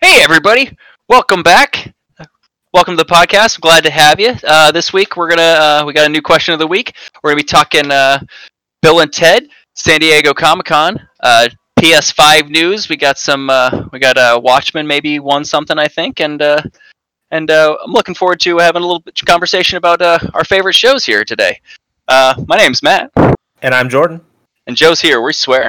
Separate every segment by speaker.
Speaker 1: Hey, everybody. Welcome back. Welcome to the podcast. I'm glad to have you. Uh, this week, we're going to, uh, we got a new question of the week. We're going to be talking uh, Bill and Ted, San Diego Comic Con, uh, PS5 news. We got some, uh, we got uh, Watchmen maybe won something, I think. And, uh, and uh, I'm looking forward to having a little bit conversation about uh, our favorite shows here today. Uh, my name's Matt,
Speaker 2: And I'm Jordan.
Speaker 1: and Joe's here. We swear.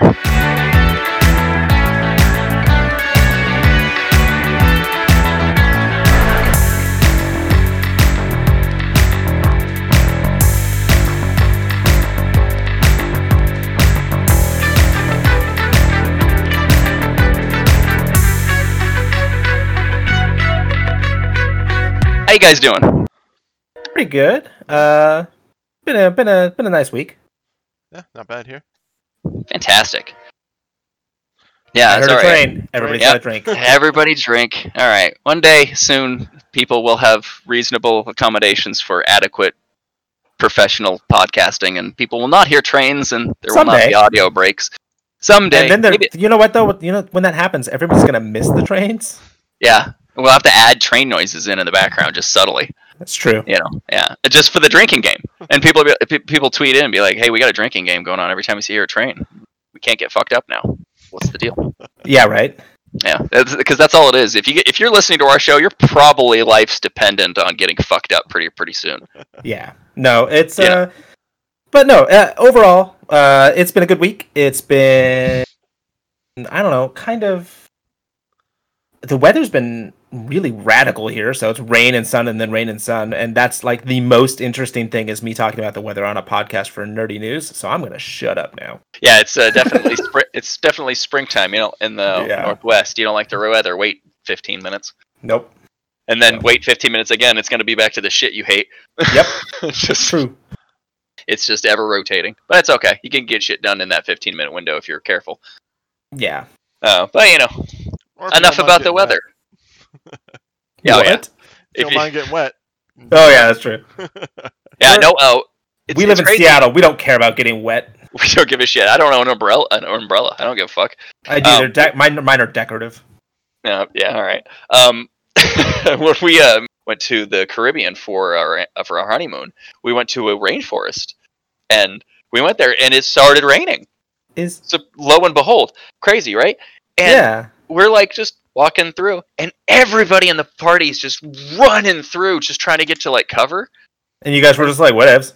Speaker 1: How you guys doing?
Speaker 2: Pretty good. Uh, been a been a been a nice week.
Speaker 3: Yeah, not bad here.
Speaker 1: Fantastic. Yeah,
Speaker 2: I
Speaker 1: it's
Speaker 2: heard
Speaker 1: all
Speaker 2: a
Speaker 1: right.
Speaker 2: train. Everybody's
Speaker 1: Yep.
Speaker 2: got a drink.
Speaker 1: Everybody drink. All right. One day soon, people will have reasonable accommodations for adequate professional podcasting, and people will not hear trains, and there will not
Speaker 2: Someday.
Speaker 1: be audio breaks. Someday.
Speaker 2: And then there,
Speaker 1: maybe-
Speaker 2: you know what though? With- You know when that happens, everybody's gonna miss the trains.
Speaker 1: yeah. We'll have to add train noises in in the background, just subtly.
Speaker 2: That's true.
Speaker 1: You know, yeah, just for the drinking game. And people be, pe- people tweet in and be like, "Hey, we got a drinking game going on every time we see your train. We can't get fucked up now. What's the deal?"
Speaker 2: Yeah, right.
Speaker 1: Yeah, because that's, all it is. If you get, if you're listening to our show, you're probably life's dependent on getting fucked up pretty pretty soon.
Speaker 2: Yeah. No, it's
Speaker 1: Yeah.
Speaker 2: uh, but no. Uh, overall, uh, it's been a good week. It's been I don't know, kind of. The weather's been really radical here, so it's rain and sun and then rain and sun, and that's like the most interesting thing is me talking about the weather on a podcast for nerdy news. So I'm gonna shut up now.
Speaker 1: Yeah, it's uh, definitely spr- it's definitely springtime. You know, in the
Speaker 2: Yeah.
Speaker 1: northwest, you don't like the weather. Wait 15 minutes,
Speaker 2: Nope.
Speaker 1: and then wait 15 minutes again. It's going to be back to the shit you hate.
Speaker 2: Yep.
Speaker 1: it's just
Speaker 2: True.
Speaker 1: it's just ever rotating, but it's okay. You can get shit done in that 15 minute window if you're careful.
Speaker 2: Yeah.
Speaker 1: Uh, but you know,
Speaker 3: Or if you
Speaker 1: enough
Speaker 3: don't mind
Speaker 1: about the
Speaker 3: getting
Speaker 1: weather. Yeah, oh, yeah.
Speaker 2: What?
Speaker 3: Wet. If you
Speaker 1: If
Speaker 3: don't
Speaker 1: you-
Speaker 3: mind getting wet.
Speaker 2: Oh yeah, that's true.
Speaker 1: Yeah,
Speaker 2: We're-
Speaker 1: no. Oh, it's,
Speaker 2: we
Speaker 1: it's
Speaker 2: live in
Speaker 1: crazy.
Speaker 2: Seattle. We don't care about getting wet.
Speaker 1: We don't give a shit. I don't own an umbrella. An umbrella. I don't give a fuck.
Speaker 2: I do.
Speaker 1: Oh.
Speaker 2: They're de- mine, mine are decorative.
Speaker 1: Yeah, Uh, yeah, all right. Um, when we um, went to the Caribbean for our uh, for our honeymoon, we went to a rainforest, and we went there, and it started raining.
Speaker 2: Is
Speaker 1: So lo and behold, crazy, right? And
Speaker 2: yeah.
Speaker 1: we're like just walking through, and everybody in the party is just running through, just trying to get to like cover.
Speaker 2: And you guys were just like, whatevs.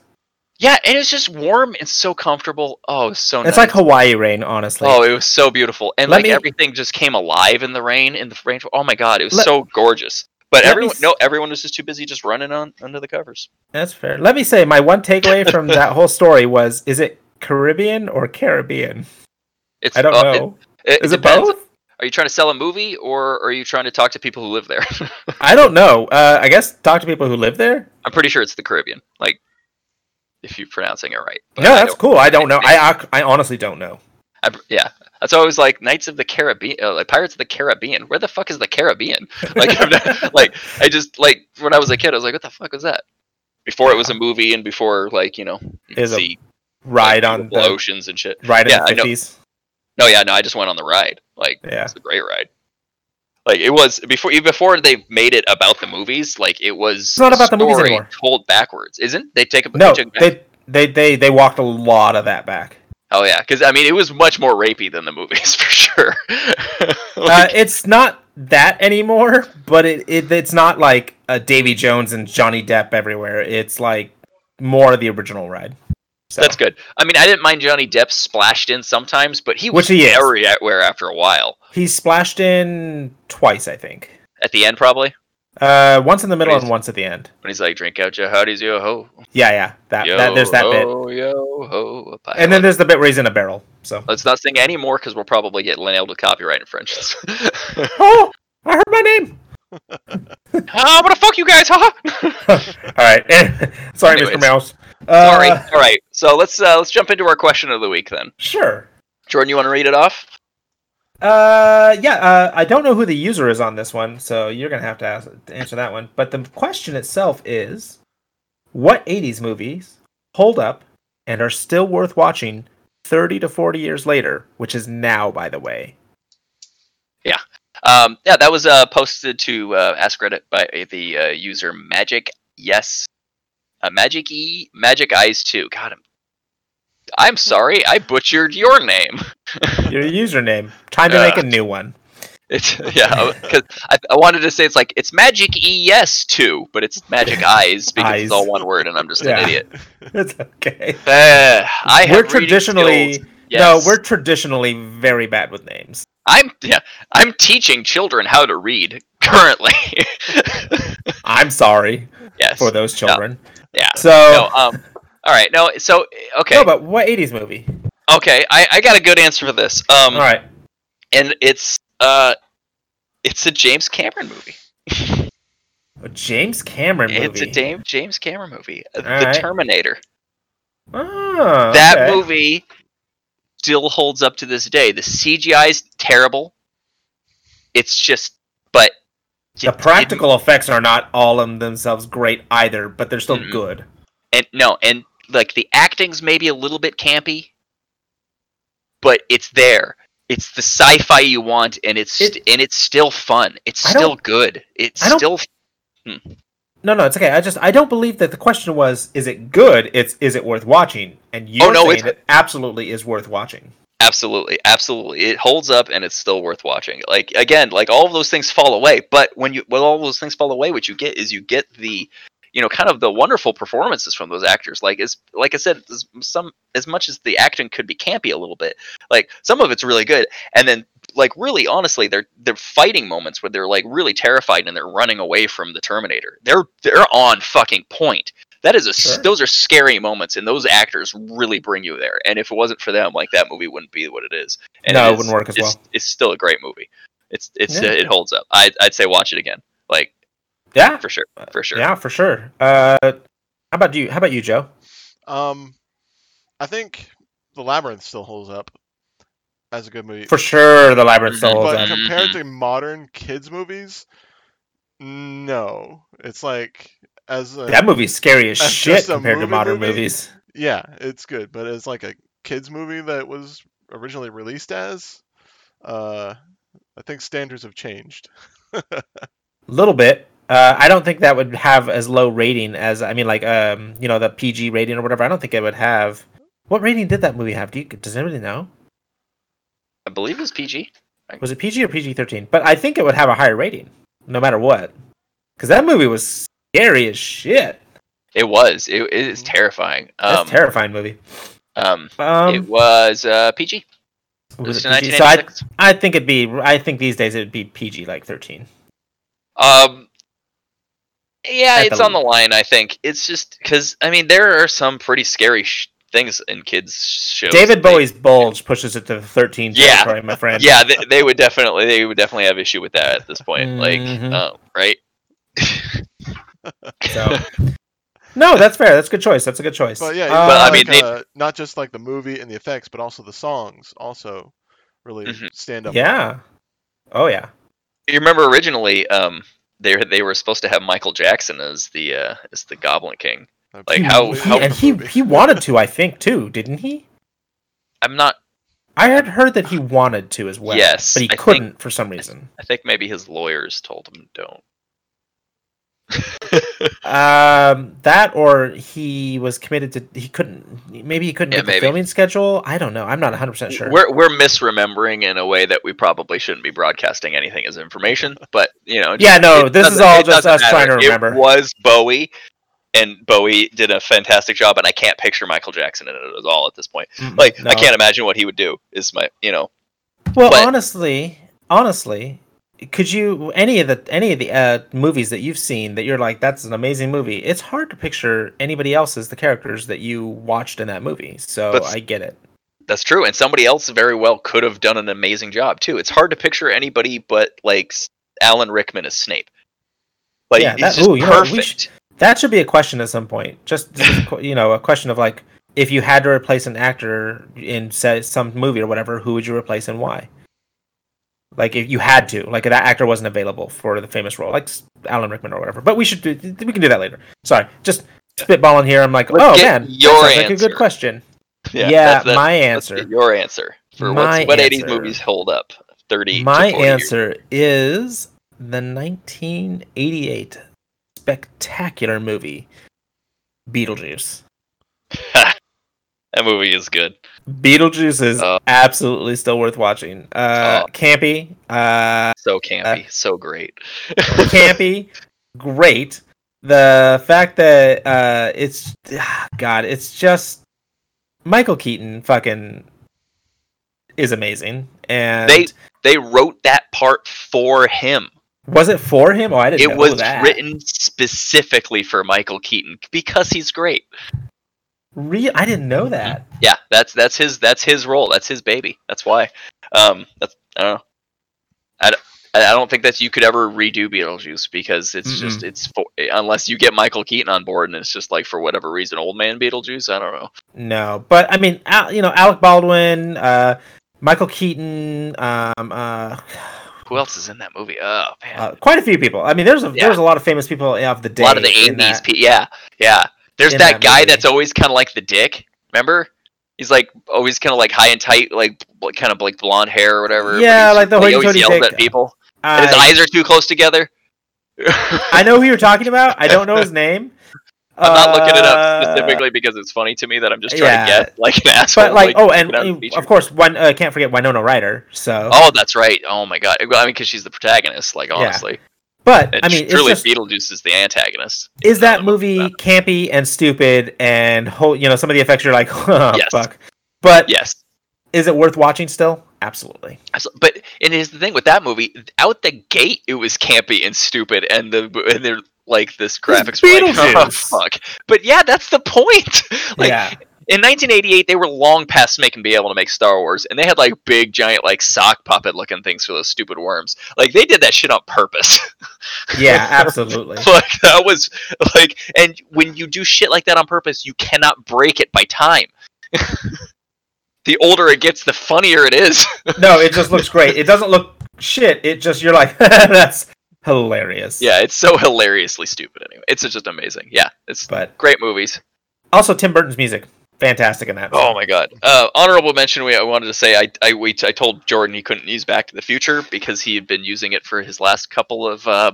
Speaker 1: Yeah, and it's just warm and so comfortable. Oh, it was so nice.
Speaker 2: It's like Hawaii rain, honestly.
Speaker 1: Oh, it was so beautiful, and
Speaker 2: Let
Speaker 1: like
Speaker 2: me-
Speaker 1: everything just came alive in the rain. In the rain, oh my god, it was
Speaker 2: Let-
Speaker 1: so gorgeous. But
Speaker 2: Let me
Speaker 1: everyone,
Speaker 2: s-
Speaker 1: no, everyone was just too busy just running on under the covers.
Speaker 2: That's fair. Let me say, my one takeaway from that whole story was: is it Caribbean or Caribbean?
Speaker 1: It's
Speaker 2: I don't
Speaker 1: uh,
Speaker 2: know.
Speaker 1: It,
Speaker 2: Is it
Speaker 1: depends.
Speaker 2: both?
Speaker 1: Are you trying to sell a movie, or are you trying to talk to people who live there?
Speaker 2: I don't know. Uh, I guess talk to people who live there.
Speaker 1: I'm pretty sure it's the Caribbean. Like, if you're pronouncing it right. But
Speaker 2: No,
Speaker 1: I
Speaker 2: that's
Speaker 1: don't-
Speaker 2: cool. I don't know. I ac- I honestly don't know.
Speaker 1: I, yeah. That's always like Knights of the Caribbean, uh, like Pirates of the Caribbean. Where the fuck is the Caribbean? Like, I'm not, like I just like when I was a kid, I was like, what the fuck was that? Before it was a movie, and before like you know, you could
Speaker 2: Is a-
Speaker 1: see
Speaker 2: Ride
Speaker 1: like,
Speaker 2: on
Speaker 1: beautiful
Speaker 2: the
Speaker 1: oceans and shit.
Speaker 2: ride
Speaker 1: Yeah,
Speaker 2: in
Speaker 1: I
Speaker 2: the
Speaker 1: know.
Speaker 2: fifties.
Speaker 1: No, yeah, no, I just went on the ride. Like
Speaker 2: Yeah.
Speaker 1: it's a great ride. Like it was before even before they made it about the movies. Like it was
Speaker 2: It's not
Speaker 1: a
Speaker 2: about the movies
Speaker 1: story
Speaker 2: anymore.
Speaker 1: Told backwards, isn't they take a
Speaker 2: No,
Speaker 1: took-
Speaker 2: they they they they walked a lot of that back.
Speaker 1: oh yeah, because I mean it was much more rapey than the movies for sure.
Speaker 2: Uh,
Speaker 1: Like,
Speaker 2: it's not that anymore, but it, it it's not like a Davy Jones and Johnny Depp everywhere. It's like more of the original ride. So.
Speaker 1: that's good. I mean, I didn't mind Johnny Depp splashed in sometimes, but he was
Speaker 2: Which he is.
Speaker 1: everywhere after a while.
Speaker 2: He splashed in twice, I think.
Speaker 1: At the end, probably
Speaker 2: Uh, once in the middle
Speaker 1: Please.
Speaker 2: and once at the end.
Speaker 1: when he's like, "Drink out your howdies, yo ho."
Speaker 2: Yeah, yeah. That,
Speaker 1: yo, oh.
Speaker 2: that there's that bit,
Speaker 1: ho, Yo ho. a
Speaker 2: and
Speaker 1: pilot."
Speaker 2: then there's the bit where he's in a barrel. So.
Speaker 1: Let's not sing anymore because we'll probably get nailed with copyright infringements.
Speaker 2: Oh, I heard my name.
Speaker 1: Ah, what the fuck, you guys? Huh?
Speaker 2: All right. Sorry,
Speaker 1: Anyways.
Speaker 2: Mr. Mouse. Uh,
Speaker 1: Sorry. All right. So let's uh, let's jump into our question of the week then.
Speaker 2: Sure.
Speaker 1: Jordan, you want to read it off?
Speaker 2: Uh, yeah. Uh, I don't know who the user is on this one, so you're gonna have to ask, to answer that one. But the question itself is, what '80s movies hold up and are still worth watching 30 to 40 years later, which is now, by the way.
Speaker 1: Um, yeah, that was uh, posted to uh, Ask Reddit by uh, the uh, user Magic Yes, uh, Magic E Magic Eyes Two. God, I'm, I'm sorry, I butchered your name.
Speaker 2: Your username. Time to make a new one.
Speaker 1: It's yeah, because I, I wanted to say it's like it's Magic E Yes Two, but it's Magic Eyes because
Speaker 2: Eyes.
Speaker 1: it's all one word, and I'm just an
Speaker 2: Yeah.
Speaker 1: idiot.
Speaker 2: It's okay.
Speaker 1: Uh, I have
Speaker 2: we're
Speaker 1: reading
Speaker 2: traditionally
Speaker 1: skills. Yes.
Speaker 2: no, we're traditionally very bad with names.
Speaker 1: I'm yeah, I'm teaching children how to read currently.
Speaker 2: I'm sorry
Speaker 1: yes.
Speaker 2: for those children.
Speaker 1: Yeah.
Speaker 2: So
Speaker 1: no, um, all right. No. So okay.
Speaker 2: no, but what '80s movie?
Speaker 1: Okay. I, I got a good answer for this. Um,
Speaker 2: All right.
Speaker 1: and it's uh, it's a James Cameron movie.
Speaker 2: A James Cameron movie.
Speaker 1: It's a Dame, James Cameron movie. Uh, the
Speaker 2: right.
Speaker 1: Terminator.
Speaker 2: Oh,
Speaker 1: That
Speaker 2: okay.
Speaker 1: movie still holds up to this day. The CGI is terrible. It's just, but
Speaker 2: The
Speaker 1: it- it-
Speaker 2: practical effects are not all in themselves great either, but they're still
Speaker 1: Mm-mm.
Speaker 2: good.
Speaker 1: and no, and like the acting's maybe a little bit campy, but it's there. It's the sci-fi you want, and it's
Speaker 2: It-
Speaker 1: st- and it's still fun. It's
Speaker 2: I don't-
Speaker 1: still good. It's
Speaker 2: I don't-
Speaker 1: still
Speaker 2: No, no, it's okay. I just I don't believe that the question was is it good? It's is it worth watching? And you
Speaker 1: Oh, no,
Speaker 2: saying
Speaker 1: it's-
Speaker 2: it absolutely is worth watching.
Speaker 1: absolutely, absolutely. It holds up, and it's still worth watching. Like again, like all of those things fall away, but when you when all those things fall away, what you get is you get the you know kind of the wonderful performances from those actors. Like as like I said, as, some as much as the acting could be campy a little bit, like some of it's really good, and then like really honestly they're they're fighting moments where they're like really terrified and they're running away from the terminator they're they're on fucking point that is a s
Speaker 2: Sure.
Speaker 1: those are scary moments and those actors really bring you there and if it wasn't for them like that movie wouldn't be what it is and
Speaker 2: No, it
Speaker 1: is-
Speaker 2: wouldn't work as
Speaker 1: it's,
Speaker 2: well.
Speaker 1: it's still a great movie it's it's uh,
Speaker 2: Yeah.
Speaker 1: it holds up I, i'd say watch it again like
Speaker 2: Yeah.
Speaker 1: for sure for sure
Speaker 2: Yeah, for sure. Uh how about you? How about you, Joe?
Speaker 3: Um, I think The Labyrinth still holds up as a good movie.
Speaker 2: For sure the Labyrinth
Speaker 1: Mhm.
Speaker 2: still holds
Speaker 3: but
Speaker 2: up.
Speaker 3: compared to modern kids movies, no. It's like as a
Speaker 2: That movie's scary as
Speaker 3: That's
Speaker 2: shit
Speaker 3: just a
Speaker 2: compared to
Speaker 3: movie
Speaker 2: modern
Speaker 3: movie?
Speaker 2: movies.
Speaker 3: yeah, it's good, but it's like a kids movie that was originally released as. Uh, I think standards have changed.
Speaker 2: A little bit. Uh, I don't think that would have as low rating as I mean, like um, you know, the PG rating or whatever. I don't think it would have. What rating did that movie have? Do you, does anybody know?
Speaker 1: i believe it was pg
Speaker 2: Was it PG or PG thirteen? But I think it would have a higher rating, no matter what, because that movie was scary as shit.
Speaker 1: it was it, it is terrifying
Speaker 2: That's
Speaker 1: um,
Speaker 2: a terrifying movie.
Speaker 1: um
Speaker 2: Um,
Speaker 1: it was uh pg
Speaker 2: was
Speaker 1: It was
Speaker 2: it
Speaker 1: in
Speaker 2: PG? So I,
Speaker 1: 1986.
Speaker 2: I think it'd be. I think these days it'd be PG like thirteen.
Speaker 1: Um, yeah,
Speaker 2: At
Speaker 1: it's
Speaker 2: the
Speaker 1: on the line. I think it's just because I mean there are some pretty scary sh- things in kids shows.
Speaker 2: David
Speaker 1: that they-
Speaker 2: Bowie's bulge pushes it to thirteen
Speaker 1: Yeah.
Speaker 2: territory, my friend.
Speaker 1: Yeah, they, they would definitely they would definitely have issue with that at this point.
Speaker 2: Mhm.
Speaker 1: Like, um, right?
Speaker 2: So. No, that's fair. That's a good choice. That's a good choice.
Speaker 3: But yeah,
Speaker 2: Uh,
Speaker 1: But I
Speaker 3: I
Speaker 1: mean,
Speaker 3: mean,
Speaker 1: they-
Speaker 3: not just like the movie and the effects, but also the songs also really
Speaker 1: Mhm.
Speaker 3: stand up.
Speaker 2: Yeah. Oh yeah.
Speaker 1: you remember originally, um, they they were supposed to have Michael Jackson as the uh, as the Goblin King.
Speaker 3: I've
Speaker 1: Like,
Speaker 2: He-
Speaker 3: seen
Speaker 1: how-
Speaker 3: the
Speaker 2: he-
Speaker 1: how-
Speaker 3: movie.
Speaker 2: and he he wanted to, I think, too, didn't he?
Speaker 1: I'm not.
Speaker 2: I had heard that he wanted to as well.
Speaker 1: Yes,
Speaker 2: but he
Speaker 1: I think-
Speaker 2: couldn't for some reason.
Speaker 1: I think maybe his lawyers told him don't.
Speaker 2: Um, that or he was committed to he couldn't maybe he couldn't
Speaker 1: Yeah,
Speaker 2: get the
Speaker 1: maybe.
Speaker 2: filming schedule. I don't know. I'm not 100 percent sure.
Speaker 1: We're we're misremembering in a way that we probably shouldn't be broadcasting anything as information, but you know.
Speaker 2: Yeah, no, this is
Speaker 1: doesn't-
Speaker 2: all
Speaker 1: it
Speaker 2: just
Speaker 1: doesn't
Speaker 2: us trying to
Speaker 1: matter.
Speaker 2: remember.
Speaker 1: It was Bowie, and Bowie did a fantastic job, and I can't picture Michael Jackson in it at all at this point.
Speaker 2: Mm,
Speaker 1: Like,
Speaker 2: no.
Speaker 1: I can't imagine what he would do. Is my you know?
Speaker 2: Well,
Speaker 1: but-
Speaker 2: honestly, honestly, could you any of the any of the uh, movies that you've seen that you're like that's an amazing movie? It's hard to picture anybody else as the characters that you watched in that movie. So
Speaker 1: But-
Speaker 2: I get it.
Speaker 1: That's true, and somebody else very well could have done an amazing job too. It's hard to picture anybody but like S- Alan Rickman as Snape. Like
Speaker 2: Yeah,
Speaker 1: he's
Speaker 2: that-
Speaker 1: just
Speaker 2: ooh, you know what, we
Speaker 1: perfect.
Speaker 2: That should be a question at some point. Just just a qu- you know, a question of like, if you had to replace an actor in say, some movie or whatever, who would you replace and why? Like if you had to, like if that actor wasn't available for the famous role, like s- Alan Rickman or whatever. But we should do. We can do that later. Sorry, just spitballing here. I'm like,
Speaker 1: Let's
Speaker 2: oh
Speaker 1: get
Speaker 2: man, that
Speaker 1: your
Speaker 2: sounds like a
Speaker 1: answer.
Speaker 2: good question. Yeah,
Speaker 1: that's- that's-
Speaker 2: my
Speaker 1: let's get
Speaker 2: answer.
Speaker 1: your answer for
Speaker 2: My
Speaker 1: what's, what '80s
Speaker 2: answer.
Speaker 1: movies hold up. thirty. to
Speaker 2: My
Speaker 1: 40 years.
Speaker 2: answer is the 1988 spectacular movie Beetlejuice.
Speaker 1: That movie is good.
Speaker 2: Beetlejuice is
Speaker 1: Oh.
Speaker 2: absolutely still worth watching. Uh,
Speaker 1: Oh.
Speaker 2: Campy, uh,
Speaker 1: So campy, so great.
Speaker 2: campy, great. The fact that uh, it's God, it's just Michael Keaton fucking is amazing. And
Speaker 1: They- they wrote that part for him.
Speaker 2: was it for him? Oh, I didn't.
Speaker 1: It
Speaker 2: know
Speaker 1: was
Speaker 2: that.
Speaker 1: written specifically for Michael Keaton because he's great.
Speaker 2: Re- I didn't
Speaker 1: Mm-hmm.
Speaker 2: know that.
Speaker 1: Yeah, that's that's his that's his role. That's his baby. That's why. Um, that's I don't know. I don't, I don't think that you could ever redo Beetlejuice because it's just it's for, unless you get Michael Keaton on board and it's just like for whatever reason old man Beetlejuice. I don't know.
Speaker 2: No, but I mean, Al- you know, Alec Baldwin, uh, Michael Keaton, um, uh,
Speaker 1: Who else is in that movie? Oh man,
Speaker 2: uh, quite a few people. I mean, there's a
Speaker 1: Yeah.
Speaker 2: there's a lot of famous people of the day.
Speaker 1: a lot of the
Speaker 2: in
Speaker 1: eighties.
Speaker 2: that.
Speaker 1: Pe- yeah, yeah. There's
Speaker 2: in
Speaker 1: that,
Speaker 2: that
Speaker 1: guy
Speaker 2: movie.
Speaker 1: that's always kind of like the dick. Remember? He's like always kind of like high and tight, like kind of like blonde hair or whatever. but
Speaker 2: Yeah,
Speaker 1: he's-
Speaker 2: like the
Speaker 1: but he always
Speaker 2: hoity-toity
Speaker 1: yells
Speaker 2: dick.
Speaker 1: at people. and his
Speaker 2: I,
Speaker 1: eyes are too close together.
Speaker 2: I know who you're talking about. I don't know his name.
Speaker 1: I'm not looking it up
Speaker 2: Uh,
Speaker 1: specifically because it's funny to me that I'm just trying
Speaker 2: yeah.
Speaker 1: to get like an asshole.
Speaker 2: but like, oh, and
Speaker 1: without a
Speaker 2: uh,
Speaker 1: feature.
Speaker 2: of course, one uh, can't forget Winona Ryder. So,
Speaker 1: oh, that's right. Oh my god. Well, I mean, because she's the protagonist. Like honestly,
Speaker 2: but I
Speaker 1: And
Speaker 2: mean, it's
Speaker 1: truly,
Speaker 2: just,
Speaker 1: Beetlejuice is the antagonist.
Speaker 2: is that
Speaker 1: Um,
Speaker 2: movie campy and stupid and whole? You know, some of the effects you're like, huh,
Speaker 1: Yes.
Speaker 2: fuck. But
Speaker 1: Yes.
Speaker 2: is it worth watching still? Absolutely.
Speaker 1: So- But and here's the thing with that movie, out the gate it was campy and stupid, and the and they're like this graphics were like, oh,
Speaker 2: Beetlejuice.
Speaker 1: fuck. But yeah, that's the point. like
Speaker 2: yeah,
Speaker 1: in 1988, they were long past making be able to make Star Wars, and they had like big giant like sock puppet looking things for those stupid worms. Like they did that shit on purpose.
Speaker 2: yeah, absolutely.
Speaker 1: like that was like, and when you do shit like that on purpose, you cannot break it by time. the older it gets, the funnier it is.
Speaker 2: No, it just looks great. It doesn't look shit. It just you're like, that's hilarious.
Speaker 1: Yeah, it's so hilariously stupid. Anyway, it's just amazing. Yeah, it's
Speaker 2: But
Speaker 1: great movies.
Speaker 2: also Tim Burton's music, fantastic in that.
Speaker 1: Oh my god. Uh, honorable mention. We I wanted to say I I we I told Jordan he couldn't use Back to the Future because he had been using it for his last couple of uh,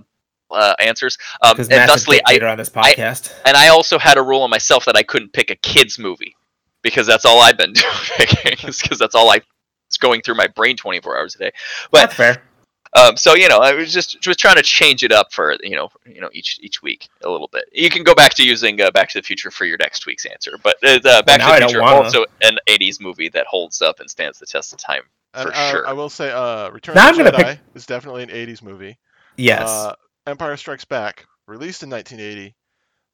Speaker 1: uh, answers. Um,
Speaker 2: Because
Speaker 1: and
Speaker 2: Matt's
Speaker 1: thusly, I
Speaker 2: later on this podcast.
Speaker 1: and I also had a rule on myself that I couldn't pick a kids movie because that's all I've been doing because that's all I. It's going through my brain 24 hours a day. but-
Speaker 2: that's fair.
Speaker 1: Um, so you know, I was just was trying to change it up for you know you know each each week a little bit. You can go back to using uh, Back to the Future for your next week's answer, but uh, the Back
Speaker 2: now I
Speaker 1: to the
Speaker 2: don't
Speaker 1: Future
Speaker 2: wanna.
Speaker 1: also an '80s movie that holds up and stands the test of time.
Speaker 3: And,
Speaker 1: For
Speaker 3: uh,
Speaker 1: sure.
Speaker 3: I will say, uh, Return
Speaker 2: Now
Speaker 3: of the
Speaker 2: I'm gonna
Speaker 3: Jedi is definitely an '80s movie.
Speaker 2: Yes.
Speaker 3: Uh, Empire Strikes Back, released in 1980,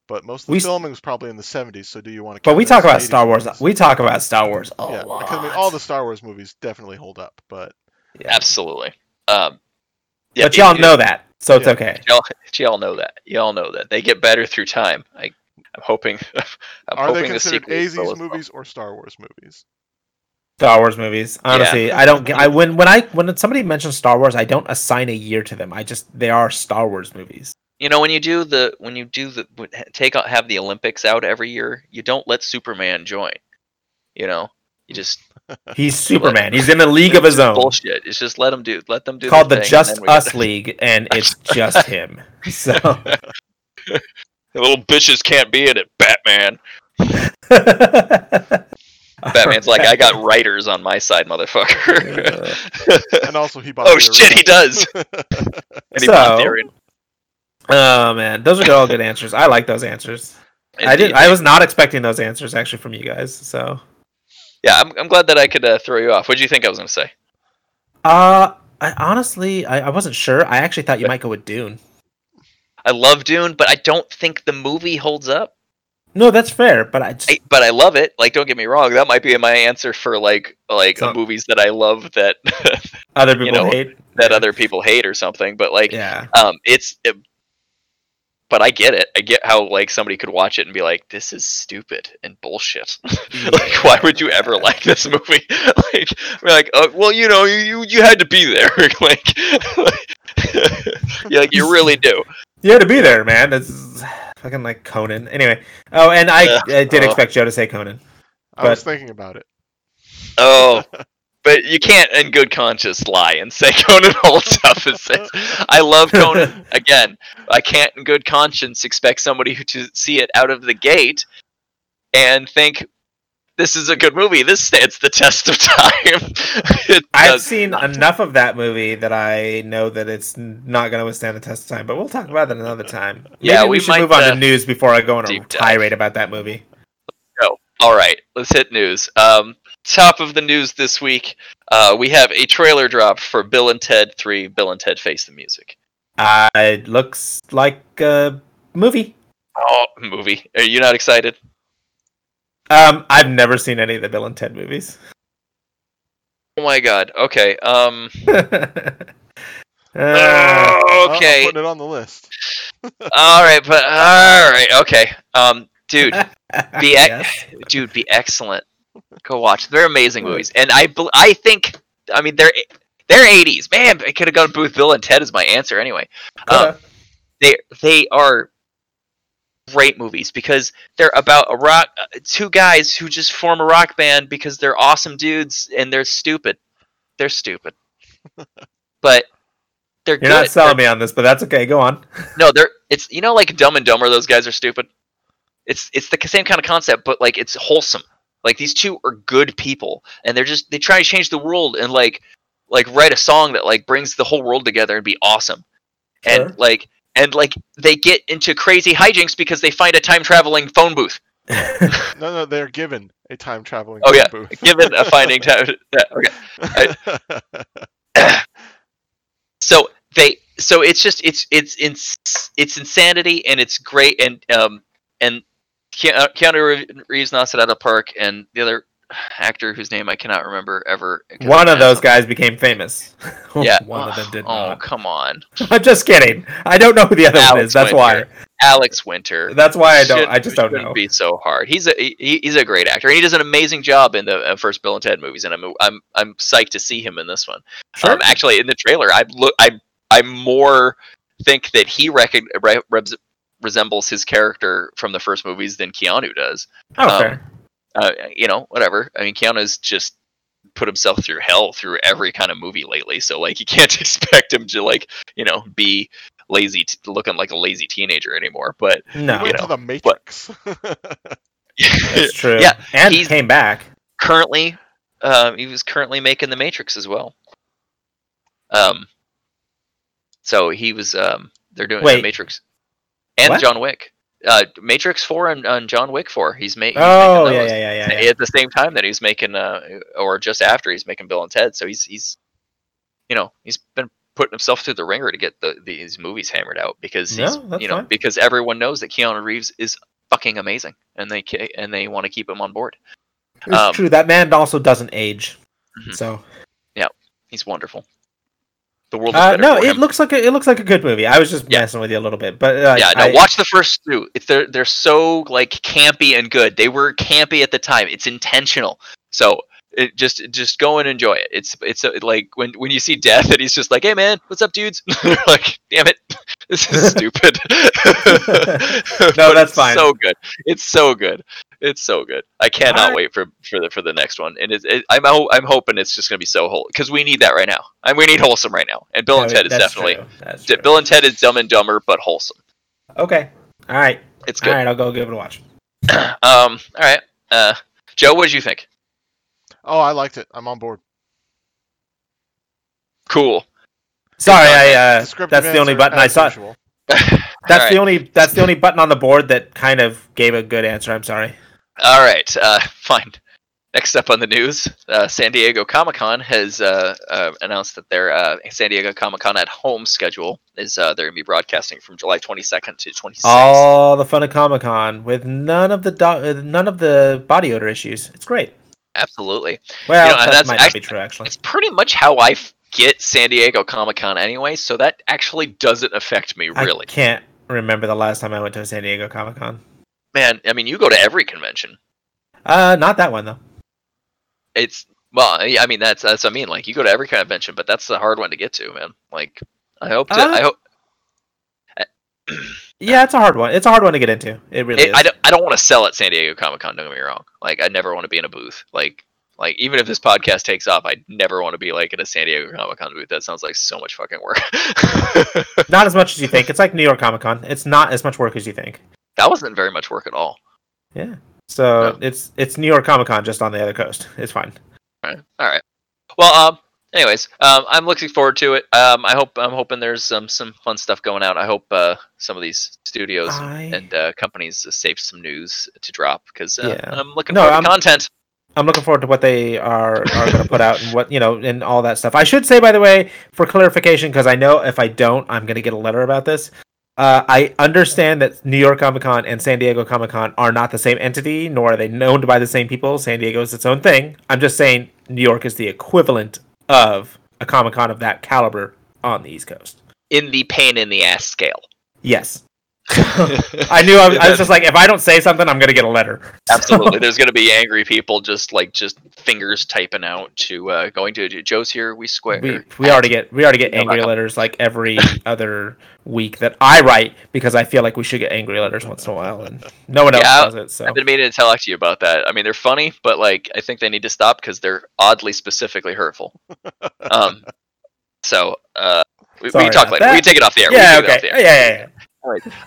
Speaker 3: but most of the
Speaker 2: We s-
Speaker 3: filming was probably in the 70s. So do you want to?
Speaker 2: but we talk about Star Wars. We talk about Star Wars a
Speaker 3: yeah,
Speaker 2: lot.
Speaker 3: because I mean, all the Star Wars movies definitely hold up, but
Speaker 2: Yeah.
Speaker 1: Absolutely. Um, yeah,
Speaker 2: but y'all
Speaker 1: it-
Speaker 2: know that, so it's
Speaker 3: Yeah.
Speaker 2: okay.
Speaker 1: Y'all, y'all know that. Y'all know that they get better through time. I, I'm hoping. I'm
Speaker 3: are
Speaker 1: hoping
Speaker 3: they considered
Speaker 1: the sequels will
Speaker 3: 80s
Speaker 1: as well.
Speaker 3: movies or Star Wars movies?
Speaker 2: Star Wars movies. Honestly, I don't. get- I when when I when somebody mentions Star Wars, I don't assign a year to them. I just they are Star Wars movies.
Speaker 1: You know, when you do the when you do the when- take out have the Olympics out every year, you don't let Superman join. You know, you just
Speaker 2: He's Superman. He's in a league of
Speaker 1: it's
Speaker 2: his
Speaker 1: just
Speaker 2: own.
Speaker 1: Bullshit. It's just let them do. Let them do.
Speaker 2: called the
Speaker 1: their thing, and
Speaker 2: Just
Speaker 1: then we-
Speaker 2: Us League, and it's just him. So
Speaker 1: The little bitches can't be in it. Batman.
Speaker 2: Batman's
Speaker 1: Batman's like, I got writers on my side, motherfucker.
Speaker 3: And also he bought.
Speaker 1: oh
Speaker 3: the
Speaker 1: shit, he
Speaker 3: original.
Speaker 1: does. And he bought
Speaker 2: So,
Speaker 1: Darren.
Speaker 2: Oh man, those are all good answers. I like those answers. I did.
Speaker 1: Indeed.
Speaker 2: not I was not expecting those answers actually from you guys. So
Speaker 1: yeah, I'm, I'm glad that I could uh, throw you off. What do you think I was gonna say?
Speaker 2: uh, I honestly I, I wasn't sure. I actually thought you might go with Dune.
Speaker 1: I love Dune, but I don't think the movie holds up.
Speaker 2: No, that's fair, but I just
Speaker 1: I, but I love it. Like, don't get me wrong. That might be my answer for like like
Speaker 2: Some-
Speaker 1: movies that I love that
Speaker 2: other people
Speaker 1: know,
Speaker 2: hate
Speaker 1: that other people hate or something. But like,
Speaker 2: Yeah,
Speaker 1: um, it's. It, but I get it. I get how like somebody could watch it and be like, "This is stupid and bullshit." like, why would you ever like this movie? like, we're like, oh, well, you know, you you- you had to be there. like, you like you really do.
Speaker 2: you had to be there, man. That's fucking like Conan. Anyway, oh, and I, I did
Speaker 1: oh.
Speaker 2: expect Joe to say Conan.
Speaker 3: I was
Speaker 2: But-
Speaker 3: thinking about it.
Speaker 1: Oh, But you can't, in good conscience, lie and say Conan holds up. It's, it's, I love Conan. Again, I can't, in good conscience, expect somebody who to see it out of the gate and think this is a good movie. This stands the test of time. It
Speaker 2: I've
Speaker 1: does
Speaker 2: seen
Speaker 1: not.
Speaker 2: enough of that movie that I know that it's n- not going to withstand the test of time. But we'll talk about that another time.
Speaker 1: Yeah,
Speaker 2: Maybe
Speaker 1: we
Speaker 2: should
Speaker 1: might,
Speaker 2: move on
Speaker 1: uh,
Speaker 2: to news before I go on a
Speaker 1: deep dive.
Speaker 2: tirade about that movie.
Speaker 1: All right, let's hit news. Um, top of the news this week, uh, we have a trailer drop for Bill and Ted 3 Bill and Ted Face the Music.
Speaker 2: Uh, it looks like a movie.
Speaker 1: Oh, movie. Are you not excited?
Speaker 2: Um, I've never seen any of the Bill and Ted movies.
Speaker 1: Oh my god. Okay. Um
Speaker 2: Uh,
Speaker 3: Well, I'm
Speaker 1: okay.
Speaker 3: putting it on the list.
Speaker 1: All right, but all right. Okay. Um dude, The ex-
Speaker 2: yes.
Speaker 1: dude be excellent go watch they're amazing movies and i bel- i think i mean they're they're 80s man i could have gone booth bill and ted is my answer anyway um,
Speaker 2: Coulda.
Speaker 1: they they are great movies because they're about a rock uh, two guys who just form a rock band because they're awesome dudes and they're stupid they're stupid but they're
Speaker 2: You're
Speaker 1: good
Speaker 2: not selling me on this, but that's okay. Go on.
Speaker 1: no, they're it's you know like Dumb and Dumber. Those guys are stupid. It's it's the same kind of concept, but like it's wholesome. Like these two are good people, and they're just they try to change the world and like like write a song that like brings the whole world together and be awesome.
Speaker 2: Sure.
Speaker 1: And like and like they get into crazy hijinks because they find a time traveling phone booth.
Speaker 3: No, no, they're given a time traveling.
Speaker 1: Oh, yeah.
Speaker 3: booth.
Speaker 1: Given a finding time, yeah, okay. so they so it's just it's it's ins- it's insanity and it's great and um and Ke- uh, Keanu Reeve- Reeves knocks it out of the park and the other actor whose name I cannot remember ever 'cause
Speaker 2: One
Speaker 1: I
Speaker 2: of those
Speaker 1: can't-
Speaker 2: guys became famous.
Speaker 1: yeah
Speaker 2: one of them did
Speaker 1: oh
Speaker 2: not.
Speaker 1: come on
Speaker 2: I'm just kidding. I don't know who the other one
Speaker 1: Alex
Speaker 2: is. That's why.
Speaker 1: Winter. Alex Winter
Speaker 2: That's why I don't.
Speaker 1: Shouldn't-
Speaker 2: I just don't
Speaker 1: shouldn't
Speaker 2: know.
Speaker 1: be so hard he's a he, he's a great actor and he does an amazing job in the uh, first Bill and Ted movies and I'm I'm I'm psyched to see him in this one
Speaker 2: Sure.
Speaker 1: Um, actually, in the trailer, I look, I, I more think that he recog re- rebs- resembles his character from the first movies than Keanu does.
Speaker 2: oh,
Speaker 1: um,
Speaker 2: fair.
Speaker 1: Uh, you know, whatever. I mean, Keanu's just put himself through hell through every kind of movie lately, so like you can't expect him to like, you know, be lazy, t- looking like a lazy teenager anymore. But
Speaker 2: No,
Speaker 1: you
Speaker 3: Went
Speaker 1: know,
Speaker 3: to the Matrix.
Speaker 2: that's true.
Speaker 1: Yeah,
Speaker 2: and
Speaker 1: he's-
Speaker 2: came back.
Speaker 1: currently, um, he was currently making The Matrix as well. Um, so he was. Um, they're doing The
Speaker 2: Wait.
Speaker 1: Matrix and
Speaker 2: What?
Speaker 1: John Wick. Uh, Matrix Four and, and John Wick Four. He's making.
Speaker 2: Oh, yeah, yeah, yeah, yeah. yeah.
Speaker 1: At the same time that he's making, uh, or just after he's making Bill and Ted. So he's he's, you know, he's been putting himself through the ringer to get the these movies hammered out because he's,
Speaker 2: No, that's
Speaker 1: you know,
Speaker 2: fine.
Speaker 1: because everyone knows that Keanu Reeves is fucking amazing and they ca- and they want to keep him on board.
Speaker 2: It's
Speaker 1: um,
Speaker 2: true. That man also doesn't age.
Speaker 1: Mhm.
Speaker 2: So
Speaker 1: He's wonderful. The world is
Speaker 2: uh,
Speaker 1: better
Speaker 2: no,
Speaker 1: for
Speaker 2: it
Speaker 1: him.
Speaker 2: looks like a, it looks like a good movie. I was just
Speaker 1: Yeah.
Speaker 2: messing with you a little bit, but uh,
Speaker 1: yeah, no,
Speaker 2: I,
Speaker 1: watch the first two. It's they're they're so like campy and good. They were campy at the time. It's intentional. So it just just go and enjoy it. It's it's uh, like when when you see Death and he's just like, "Hey man, what's up, dudes?" You're like, damn it, this is stupid.
Speaker 2: No,
Speaker 1: no,
Speaker 2: that's fine.
Speaker 1: So good. It's so good. It's so good. I cannot
Speaker 2: I-
Speaker 1: wait for for the for the next one. And it's it, I'm ho- I'm hoping it's just gonna be so whole because we need that right now. And we need wholesome right now. And Bill and
Speaker 2: no,
Speaker 1: Ted is
Speaker 2: that's
Speaker 1: definitely
Speaker 2: true. That's
Speaker 1: D-
Speaker 2: true.
Speaker 1: Bill and Ted is dumb and dumber, but wholesome.
Speaker 2: Okay. All right.
Speaker 1: It's
Speaker 2: All
Speaker 1: good.
Speaker 2: right. I'll go give it a watch.
Speaker 1: Um, all right. Uh, Joe, what did you think?
Speaker 3: oh, I liked it. I'm on board.
Speaker 1: Cool.
Speaker 2: Sorry, I uh,
Speaker 3: Descriptive
Speaker 2: that's the only
Speaker 3: answer,
Speaker 2: button I
Speaker 3: as
Speaker 2: saw.
Speaker 3: usual.
Speaker 2: That's
Speaker 1: All
Speaker 2: the only that's the only button on the board that kind of gave a good answer. I'm sorry.
Speaker 1: All right. Uh, fine. Next up on the news, uh, San Diego Comic Con has uh, uh, announced that their uh, San Diego Comic Con at Home schedule is uh, they're going to be broadcasting from July 22nd to 26th.
Speaker 2: All the fun of Comic Con with none of the do- uh, none of the body odor issues. It's great.
Speaker 1: Absolutely.
Speaker 2: Well,
Speaker 1: You know, and
Speaker 2: that
Speaker 1: that's
Speaker 2: might not
Speaker 1: actually-
Speaker 2: be true actually.
Speaker 1: It's pretty much how I f- get San Diego Comic Con anyway, so that actually doesn't affect me
Speaker 2: I
Speaker 1: really.
Speaker 2: can't remember the last time I went to a San Diego Comic Con.
Speaker 1: Man, I mean, you go to every convention.
Speaker 2: Uh, not that one though.
Speaker 1: it's well i I mean that's that's what i mean like you go to every convention but that's the hard one to get to man like i hope to
Speaker 2: Uh,
Speaker 1: i hope
Speaker 2: Yeah, it's a hard one. It's a hard one to get into. It really
Speaker 1: it,
Speaker 2: is.
Speaker 1: i don't i don't want to sell at san diego comic-con don't get me wrong like i never want to be in a booth like Like even if this podcast takes off, I never want to be like at a San Diego Comic Con booth. That sounds like so much fucking work.
Speaker 2: Not as much as you think. It's like New York Comic Con. It's not as much work as you think.
Speaker 1: that wasn't very much work at all.
Speaker 2: Yeah. So
Speaker 1: No.
Speaker 2: it's it's New York Comic Con just on the other coast. It's fine.
Speaker 1: All right. Well, um, anyways, um, I'm looking forward to it. Um, I hope I'm hoping there's some some fun stuff going out. I hope uh, some of these studios
Speaker 2: I-
Speaker 1: and uh, companies save some news to drop because uh,
Speaker 2: Yeah.
Speaker 1: I'm looking
Speaker 2: No,
Speaker 1: for
Speaker 2: I'm-
Speaker 1: content.
Speaker 2: I'm looking forward to what they are are going to put out and what you know and all that stuff. I should say, by the way, for clarification, because I know if I don't, I'm going to get a letter about this. Uh, I understand that New York Comic Con and San Diego Comic Con are not the same entity, nor are they owned by the same people. San Diego is its own thing. I'm just saying New York is the equivalent of a Comic Con of that caliber on the East Coast.
Speaker 1: In the pain in the ass scale.
Speaker 2: Yes, I knew. I was, I was just like, if I don't say something, I'm going to get a letter.
Speaker 1: Absolutely, there's going to be angry people just like just fingers typing out to uh, going to Joe's here. We square.
Speaker 2: we, we already get we already get
Speaker 1: No,
Speaker 2: angry
Speaker 1: I-
Speaker 2: letters like every other week that I write because I feel like we should get angry letters once in a while and no one else
Speaker 1: Yeah,
Speaker 2: does it. So
Speaker 1: I've been meaning to talk to you about that. I mean, they're funny, but like, I think they need to stop because they're oddly specifically hurtful. um, so uh, we, we
Speaker 2: Sorry
Speaker 1: can talk
Speaker 2: about
Speaker 1: later.
Speaker 2: that.
Speaker 1: We can take it off the air.
Speaker 2: yeah,
Speaker 1: we can
Speaker 2: okay,
Speaker 1: take it
Speaker 2: yeah,
Speaker 1: off
Speaker 2: yeah, yeah.
Speaker 1: the air.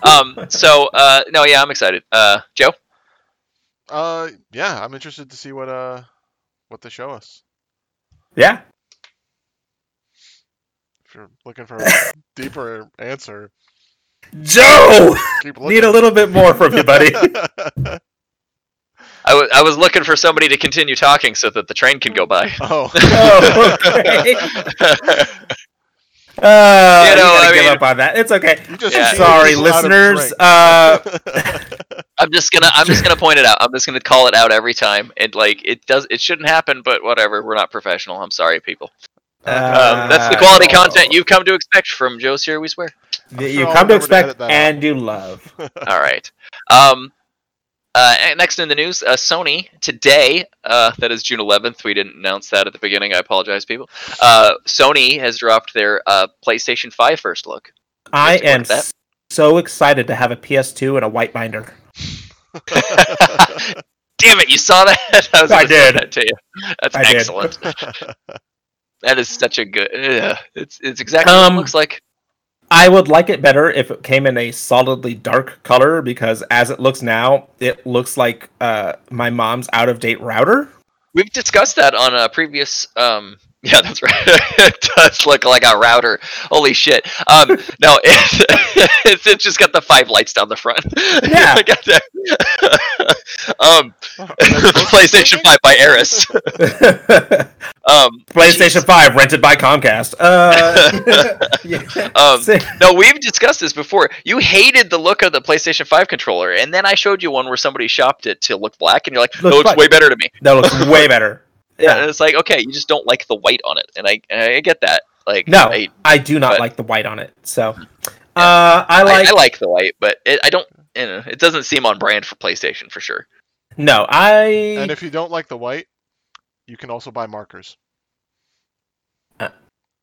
Speaker 1: Um, so uh, no, yeah, I'm excited. Uh, Joe,
Speaker 3: Uh, yeah, I'm interested to see what uh what they show us.
Speaker 2: yeah.
Speaker 3: If you're looking for a deeper answer,
Speaker 2: Joe,
Speaker 3: keep looking.
Speaker 2: need a little bit more from you, buddy.
Speaker 1: I was I was looking for somebody to continue talking so that the train can go by.
Speaker 3: oh.
Speaker 2: Oh, okay. Uh, you
Speaker 1: know,
Speaker 2: gotta
Speaker 1: I
Speaker 2: give
Speaker 1: mean-
Speaker 2: up on that. It's okay.
Speaker 3: You just
Speaker 1: Yeah.
Speaker 3: cheated
Speaker 2: Sorry,
Speaker 3: people out of Um,
Speaker 2: listeners.
Speaker 3: drink.
Speaker 2: Uh,
Speaker 1: I'm just gonna I'm just gonna point it out. I'm just gonna call it out every time. And like, it does it shouldn't happen, but whatever. We're not professional. I'm sorry, people. Um, that's the
Speaker 2: Uh,
Speaker 1: quality content you've come to expect from Joe's here. We swear.
Speaker 2: you
Speaker 3: I'll
Speaker 2: come
Speaker 3: remember
Speaker 2: to
Speaker 3: to
Speaker 2: expect
Speaker 3: edit that out.
Speaker 2: and you love.
Speaker 1: All right. Um, uh, and next in the news, uh, Sony today, uh, that is June 11th. We didn't announce that at the beginning. I apologize, people. Uh, Sony has dropped their uh, PlayStation 5 first look.
Speaker 2: I
Speaker 1: Let's work
Speaker 2: am
Speaker 1: that.
Speaker 2: so excited to have a PS2 and a white binder.
Speaker 1: Damn it, you saw that? I, was
Speaker 2: I
Speaker 1: gonna say
Speaker 2: did.
Speaker 1: That to you. That's
Speaker 2: I did.
Speaker 1: excellent. that is such a good. ugh. it's it's exactly what
Speaker 2: Um,
Speaker 1: it looks like.
Speaker 2: I would like it better if it came in a solidly dark color because as it looks now, it looks like uh, my mom's out of date router.
Speaker 1: We've discussed that on a previous. Um, yeah, that's right. it does look like a router. Holy shit! Um, no, it's, it's it's just got the five lights down the front.
Speaker 2: Yeah.
Speaker 1: I got that. um, PlayStation Five by Eris.
Speaker 2: PlayStation
Speaker 1: Um, jeez.
Speaker 2: 5 rented by Comcast. Uh, yeah.
Speaker 1: Um,
Speaker 2: Say-
Speaker 1: no, we've discussed this before. You hated the look of the PlayStation Five controller, and then I showed you one where somebody shopped it to look black, and you're like,
Speaker 2: Looks
Speaker 1: "No, it's
Speaker 2: fine."
Speaker 1: way better to me."
Speaker 2: that looks way better.
Speaker 1: And
Speaker 2: Yeah.
Speaker 1: it's like, okay, you just don't like the white on it, and I and I get that. Like,
Speaker 2: No,
Speaker 1: I,
Speaker 2: I do not
Speaker 1: but-
Speaker 2: like the white on it. So uh, I
Speaker 1: I-
Speaker 2: like.
Speaker 1: I, like the white, but it, I don't. You know, it doesn't seem on brand for PlayStation for sure.
Speaker 2: No, I.
Speaker 3: and if you don't like the white, you can also buy markers.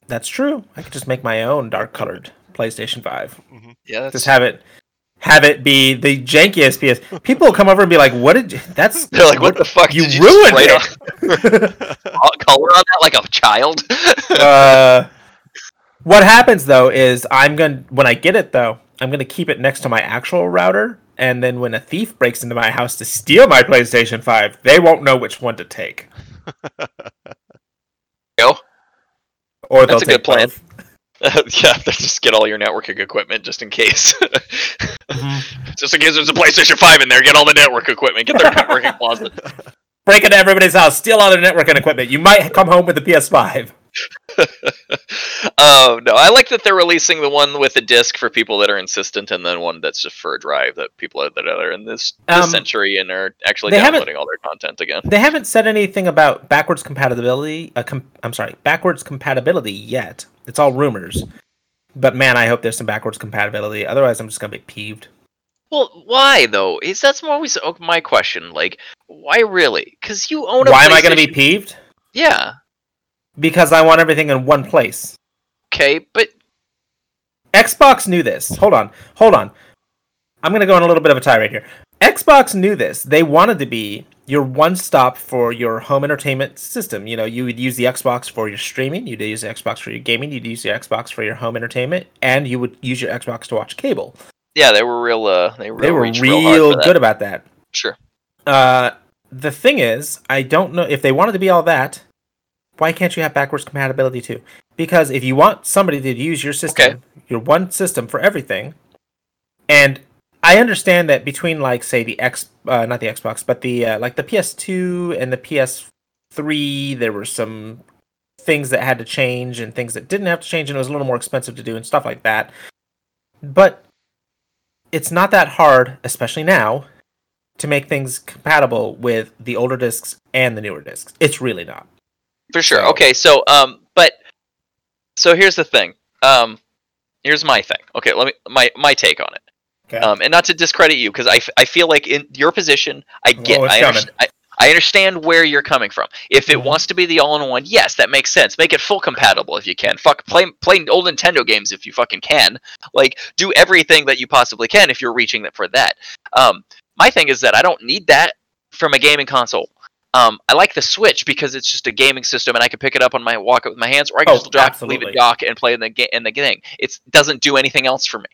Speaker 2: That's true. I could just make my own dark colored PlayStation 5.
Speaker 1: Yeah,
Speaker 2: just have it have it be the jankiest PS. People will come over and be like, "What did you, that's?"
Speaker 1: they're like, what, the fuck?
Speaker 2: You
Speaker 1: did
Speaker 2: ruined
Speaker 1: you
Speaker 2: it.
Speaker 1: just spray on- color on that like a child.
Speaker 2: uh, what happens though is I'm gonna when I get it though I'm gonna keep it next to my actual router, and then when a thief breaks into my house to steal my PlayStation Five, they won't know which one to take,
Speaker 1: Go.
Speaker 2: or
Speaker 1: That's
Speaker 2: they'll
Speaker 1: a good
Speaker 2: take
Speaker 1: plan.
Speaker 2: both.
Speaker 1: yeah, they just get all your networking equipment just in case. just in case there's a PlayStation Five in there, get all the network equipment. Get their networking closet.
Speaker 2: Break into everybody's house, steal all their networking equipment. You might come home with a PS Five.
Speaker 1: Oh no, I like that they're releasing the one with a disc for people that are insistent, and then one that's just for a drive that people are, that are in this, this
Speaker 2: Um,
Speaker 1: century and are actually
Speaker 2: they haven't-
Speaker 1: downloading all their content again.
Speaker 2: They haven't said anything about backwards compatibility. Uh, com- I'm sorry, backwards compatibility yet. It's all rumors. But man, I hope there's some backwards compatibility. Otherwise, I'm just gonna be peeved.
Speaker 1: Well, why though? Is that's always oh, my question. Like, why really? Because you own a.
Speaker 2: Why am I gonna be
Speaker 1: PlayStation-
Speaker 2: peeved?
Speaker 1: Yeah.
Speaker 2: Because I want everything in one place.
Speaker 1: Okay, but
Speaker 2: Xbox knew this. Hold on, hold on. I'm gonna go on a little bit of a tirade here. Xbox knew this. They wanted to be your one stop for your home entertainment system. You know, you would use the Xbox for your streaming, you'd use the Xbox for your gaming, you'd use the Xbox for your home entertainment, and you would use your Xbox to watch cable.
Speaker 1: Yeah, they were real. Uh, they were
Speaker 2: They were
Speaker 1: reach real, hard for
Speaker 2: real
Speaker 1: that.
Speaker 2: good about that.
Speaker 1: Sure.
Speaker 2: Uh, the thing is, I don't know if they wanted to be all that. Why can't you have backwards compatibility too? Because if you want somebody to use your system, your one system for everything, and I understand that between like say the X, uh, not the Xbox, but the uh, like the PS2 and the PS3, there were some things that had to change and things that didn't have to change, and it was a little more expensive to do and stuff like that. But it's not that hard, especially now, to make things compatible with the older discs and the newer discs. It's really not.
Speaker 1: For sure.
Speaker 2: So-
Speaker 1: Okay, so um but so here's the thing. Um here's my thing. Okay, let me my my take on it.
Speaker 2: Okay.
Speaker 1: Um and not to discredit you cuz I, f- I feel like in your position, I get
Speaker 2: Oh, it's
Speaker 1: I,
Speaker 2: coming.
Speaker 1: underst- I I understand where you're coming from. If it
Speaker 2: Mhm.
Speaker 1: wants to be the all-in-one, yes, that makes sense. Make it full compatible if you can. Fuck play play old Nintendo games if you fucking can. Like do everything that you possibly can if you're reaching that for that. Um my thing is that I don't need that from a gaming console. Um, I like the Switch because it's just a gaming system, and I can pick it up on my walk with my hands, or I can
Speaker 2: Oh,
Speaker 1: just dock, leave
Speaker 2: absolutely.
Speaker 1: it dock, and play in the ga- in the thing. It doesn't do anything else for me.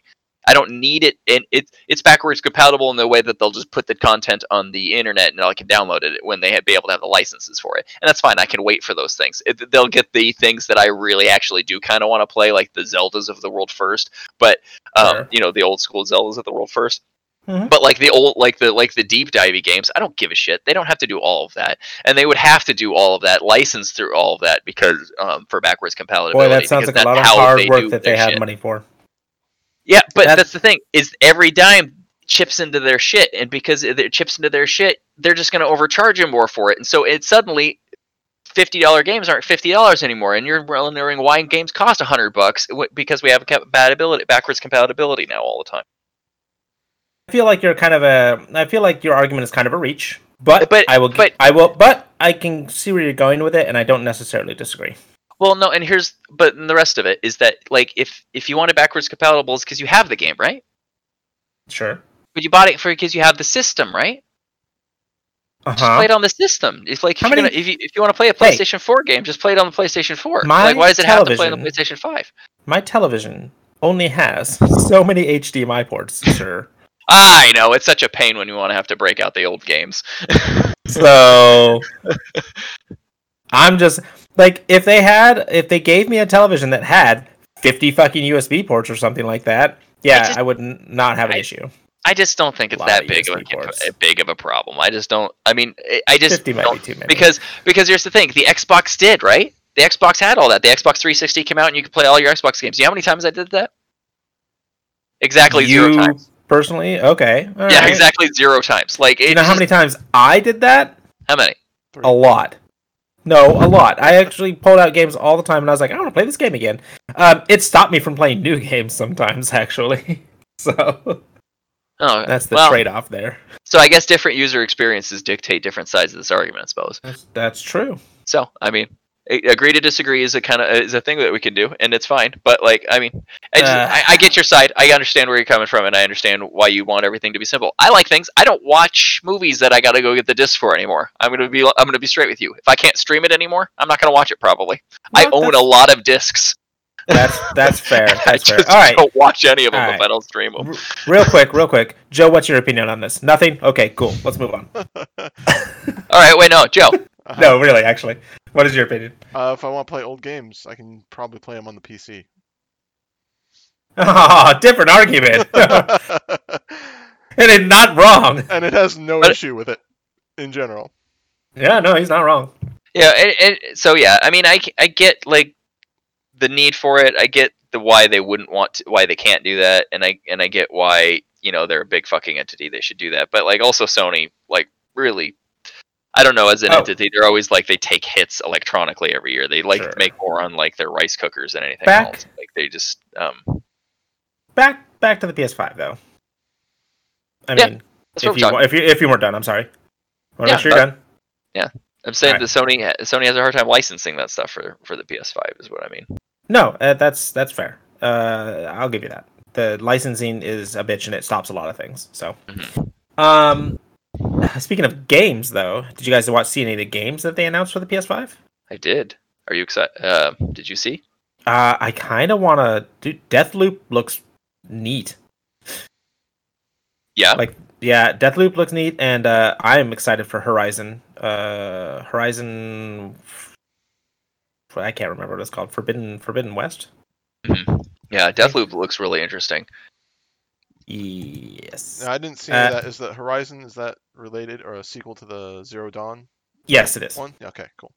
Speaker 1: I don't need it, and it it's backwards compatible in the way that they'll just put the content on the internet, and I can download it when they ha- be able to have the licenses for it, and that's fine. I can wait for those things. It, they'll get the things that I really actually do kind of want to play, like the Zeldas of the world first, but um,
Speaker 2: Sure.
Speaker 1: you know the old school Zeldas of the world first
Speaker 2: Mhm.
Speaker 1: but like the old like the like the deep divey games i don't give a shit they don't have to do all of that and they would have to do all of that license through all of that because um for backwards compatibility
Speaker 2: Boy, that sounds
Speaker 1: because
Speaker 2: like a lot of
Speaker 1: that's how
Speaker 2: hard
Speaker 1: they do
Speaker 2: work that they
Speaker 1: their
Speaker 2: have
Speaker 1: shit.
Speaker 2: money for.
Speaker 1: yeah but
Speaker 2: That's-
Speaker 1: that's the thing is every dime chips into their shit and because it it chips into their shit they're just going to overcharge you more for it and so it suddenly $50 games aren't $50 anymore and you're wondering why games cost 100 bucks w- because we have compatibility backwards compatibility now all the time
Speaker 2: I feel like you're kind of a. I feel like your argument is kind of a reach, but,
Speaker 1: But-
Speaker 2: I will. gi-
Speaker 1: but-
Speaker 2: I will. But I can see where you're going with it, and I don't necessarily disagree.
Speaker 1: Well, no, and here's but and the rest of it is that like if if you want it backwards compatible, it's because you have the game, right?
Speaker 2: Sure.
Speaker 1: But you bought it for because you have the system, right?
Speaker 2: Uh
Speaker 1: Just play
Speaker 2: huh.
Speaker 1: it on the system. It's like if,
Speaker 2: How
Speaker 1: you're
Speaker 2: many-
Speaker 1: gonna, if you if you want to play a
Speaker 2: Hey.
Speaker 1: PlayStation Four game, just play it on the PlayStation Four.
Speaker 2: My
Speaker 1: like why does it have to play on the
Speaker 2: television-
Speaker 1: PlayStation Five?
Speaker 2: My television only has so many HDMI ports. Sure.
Speaker 1: I know it's such a pain when you want to have to break out the old games.
Speaker 2: So I'm just like if they had if they gave me a television that had 50 fucking USB ports or something like that, yeah, I,
Speaker 1: just-
Speaker 2: would n- not have an
Speaker 1: I-
Speaker 2: issue.
Speaker 1: I just don't think it's
Speaker 2: Lot
Speaker 1: that
Speaker 2: of
Speaker 1: big of
Speaker 2: USB E ports.
Speaker 1: a, a big of a problem. I just don't. I mean, I- I just
Speaker 2: 50 might
Speaker 1: don't
Speaker 2: be too many.
Speaker 1: because because here's the thing the xbox did right the xbox had all that the xbox 360 came out and you could play all your xbox games you know how many times i did that exactly zero
Speaker 2: You
Speaker 1: times
Speaker 2: personally, okay. all
Speaker 1: yeah
Speaker 2: right.
Speaker 1: exactly zero times like
Speaker 2: You know how many times I did that?
Speaker 1: how many
Speaker 2: A lot. No, a lot. I actually pulled out games all the time, and I was like, I want to play this game again. Um, it stopped me from playing new games sometimes, actually. So
Speaker 1: oh
Speaker 2: that's the
Speaker 1: well,
Speaker 2: trade-off there.
Speaker 1: so i guess different user experiences dictate different sides of this argument i suppose
Speaker 2: That's, that's true.
Speaker 1: so i mean a- agree to disagree is a kind of is a thing that we can do and it's fine but like i mean i just
Speaker 2: Uh.
Speaker 1: I, I get your side i understand where you're coming from and i understand why you want everything to be simple i like things i don't watch movies that i gotta go get the disc for anymore i'm gonna be i'm gonna be straight with you if i can't stream it anymore i'm not gonna watch it probably i
Speaker 2: No,
Speaker 1: own a
Speaker 2: that's-
Speaker 1: lot of discs
Speaker 2: That's that's fair.
Speaker 1: i
Speaker 2: That's fair.
Speaker 1: just
Speaker 2: All right.
Speaker 1: don't watch any of them
Speaker 2: All
Speaker 1: if
Speaker 2: right.
Speaker 1: i don't stream them
Speaker 2: R- real quick, real quick. Joe, what's your opinion on this? Nothing? Okay, cool. Let's move on.
Speaker 1: all right wait no joe
Speaker 3: Uh-huh.
Speaker 2: No, really, actually. What is your opinion?
Speaker 3: Uh, if I want to play old games, I can probably play them on the PC.
Speaker 2: Ah, different argument. and it's not wrong.
Speaker 3: and it has no
Speaker 1: But-
Speaker 3: issue with it in general.
Speaker 2: Yeah, no, he's not wrong.
Speaker 1: Yeah, and, and so yeah, I mean, I, c- I get like the need for it. I get the why they wouldn't want to, why they can't do that, and I and I get why you know they're a big fucking entity. They should do that, but like also Sony, like really, I don't know. As an
Speaker 2: Oh.
Speaker 1: entity, they're always like they take hits electronically every year. They like
Speaker 2: Sure.
Speaker 1: to make more on like their rice cookers than anything
Speaker 2: Back-
Speaker 1: else. Like they just um.
Speaker 2: Back back to the PS5 though. I
Speaker 1: Yeah,
Speaker 2: mean,
Speaker 1: That's what
Speaker 2: if
Speaker 1: I'm,
Speaker 2: you
Speaker 1: talking.
Speaker 2: wa- if you if you weren't done, I'm sorry. Well,
Speaker 1: Yeah,
Speaker 2: yeah, sure you're done.
Speaker 1: I'm saying
Speaker 2: Alright.
Speaker 1: that Sony ha- Sony has a hard time licensing that stuff for for the PS5 is what I mean.
Speaker 2: No, uh, that's that's fair. Uh, I'll give you that.
Speaker 1: Mm-hmm.
Speaker 2: The licensing is a bitch, and it stops a lot of things. So, um, Speaking of games, though, did you guys watch see any of the games that they announced for the PS5?
Speaker 1: I did. Are you excited? Uh, did you see?
Speaker 2: Uh, I kind of want to do. Deathloop looks neat.
Speaker 1: Yeah.
Speaker 2: Like yeah, Deathloop looks neat, and uh, I'm excited for Horizon. Uh, Horizon. I can't remember what it's called. Forbidden Forbidden West.
Speaker 1: Mm-hmm. Yeah, Deathloop looks really interesting.
Speaker 2: Yes.
Speaker 3: No, I didn't see any of
Speaker 2: Uh,
Speaker 3: that. Is that Horizon? Is that related or a sequel to the Zero Dawn
Speaker 2: yes, it is.
Speaker 3: one? Yeah, okay, cool.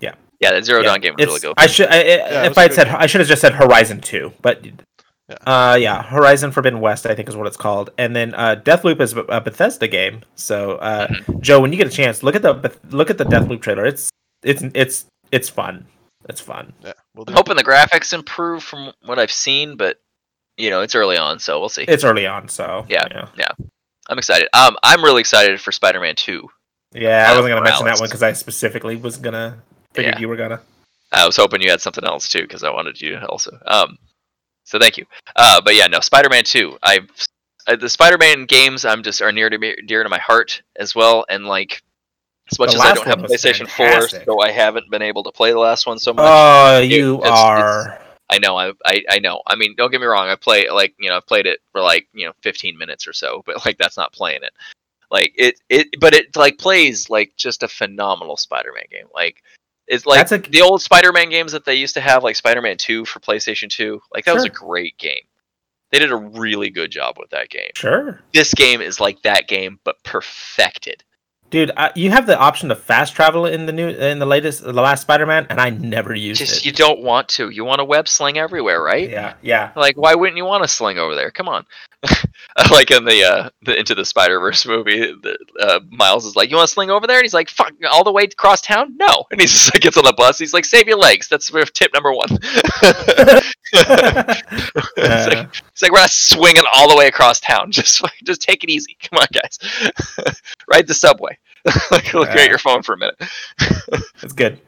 Speaker 1: Yeah, that Zero
Speaker 2: Yeah,
Speaker 1: Dawn game was really
Speaker 2: it's-
Speaker 1: good.
Speaker 2: I should. I, I-
Speaker 3: it was
Speaker 2: if I
Speaker 3: a
Speaker 2: had
Speaker 3: good
Speaker 2: said,
Speaker 3: game.
Speaker 2: I should have just said Horizon Two, but
Speaker 3: Yeah.
Speaker 2: uh, yeah, Horizon Forbidden West, I think is what it's called, and then uh, Deathloop is a Bethesda game. So, uh,
Speaker 3: Mm-hmm.
Speaker 2: Joe, when you get a chance, look at the Beth- look at the Deathloop trailer. It's it's it's it's fun. It's fun.
Speaker 3: Yeah, we'll do.
Speaker 1: I'm hoping the graphics improve from what I've seen, but you know it's early on, so we'll see.
Speaker 2: It's early on, so
Speaker 1: Yeah.
Speaker 2: yeah.
Speaker 1: I'm excited. Um, I'm really excited for Spider-Man Two.
Speaker 2: Yeah, I wasn't gonna mention that
Speaker 1: Morales.
Speaker 2: one because I specifically was gonna figured
Speaker 1: Yeah.
Speaker 2: you were gonna.
Speaker 1: I was hoping you had something else too, because I wanted you to also. Um, so thank you. Uh, but yeah, no, Spider-Man Two. I uh, the Spider-Man games I'm just are near to me, dear to my heart as well, and like as much
Speaker 2: The
Speaker 1: as I
Speaker 2: last
Speaker 1: don't have
Speaker 2: one was
Speaker 1: PlayStation
Speaker 2: fantastic.
Speaker 1: Four, so I haven't been able to play the last one so much.
Speaker 2: Oh, you
Speaker 1: it's- it's-
Speaker 2: are.
Speaker 1: I know, I, I I know. I mean, don't get me wrong. I play like you know, I played it for like you know, 15 minutes or so, but like that's not playing it. Like it it, but it like plays like just a phenomenal Spider-Man game. Like it's like
Speaker 2: That's a-
Speaker 1: the old Spider-Man games that they used to have, like Spider-Man 2 for PlayStation 2. Like that was a
Speaker 2: Sure.
Speaker 1: great game. They did a really good job with that game.
Speaker 2: Sure,
Speaker 1: This game is like that game, but perfected.
Speaker 2: dude. I, you have the option to fast travel in the new in the latest the last Spider-Man, and I never used
Speaker 1: Just
Speaker 2: it.
Speaker 1: you don't want to. You want to web sling everywhere, right?
Speaker 2: Yeah, yeah.
Speaker 1: Like, why wouldn't you want to sling over there? Come on. like in the uh, the Into the Spider Verse movie, the, uh, Miles is like, "You want to sling over there?" And he's like, "Fuck, all the way across town? No!" And he just like, gets on the bus. He's like, "Save your legs." That's sort of tip number one. it's,
Speaker 2: Uh,
Speaker 1: like, it's like we're not swinging all the way across town. Just like, just take it easy. Come on, guys. Ride the subway. like, look
Speaker 2: Yeah.
Speaker 1: at your phone for a minute.
Speaker 2: it's good.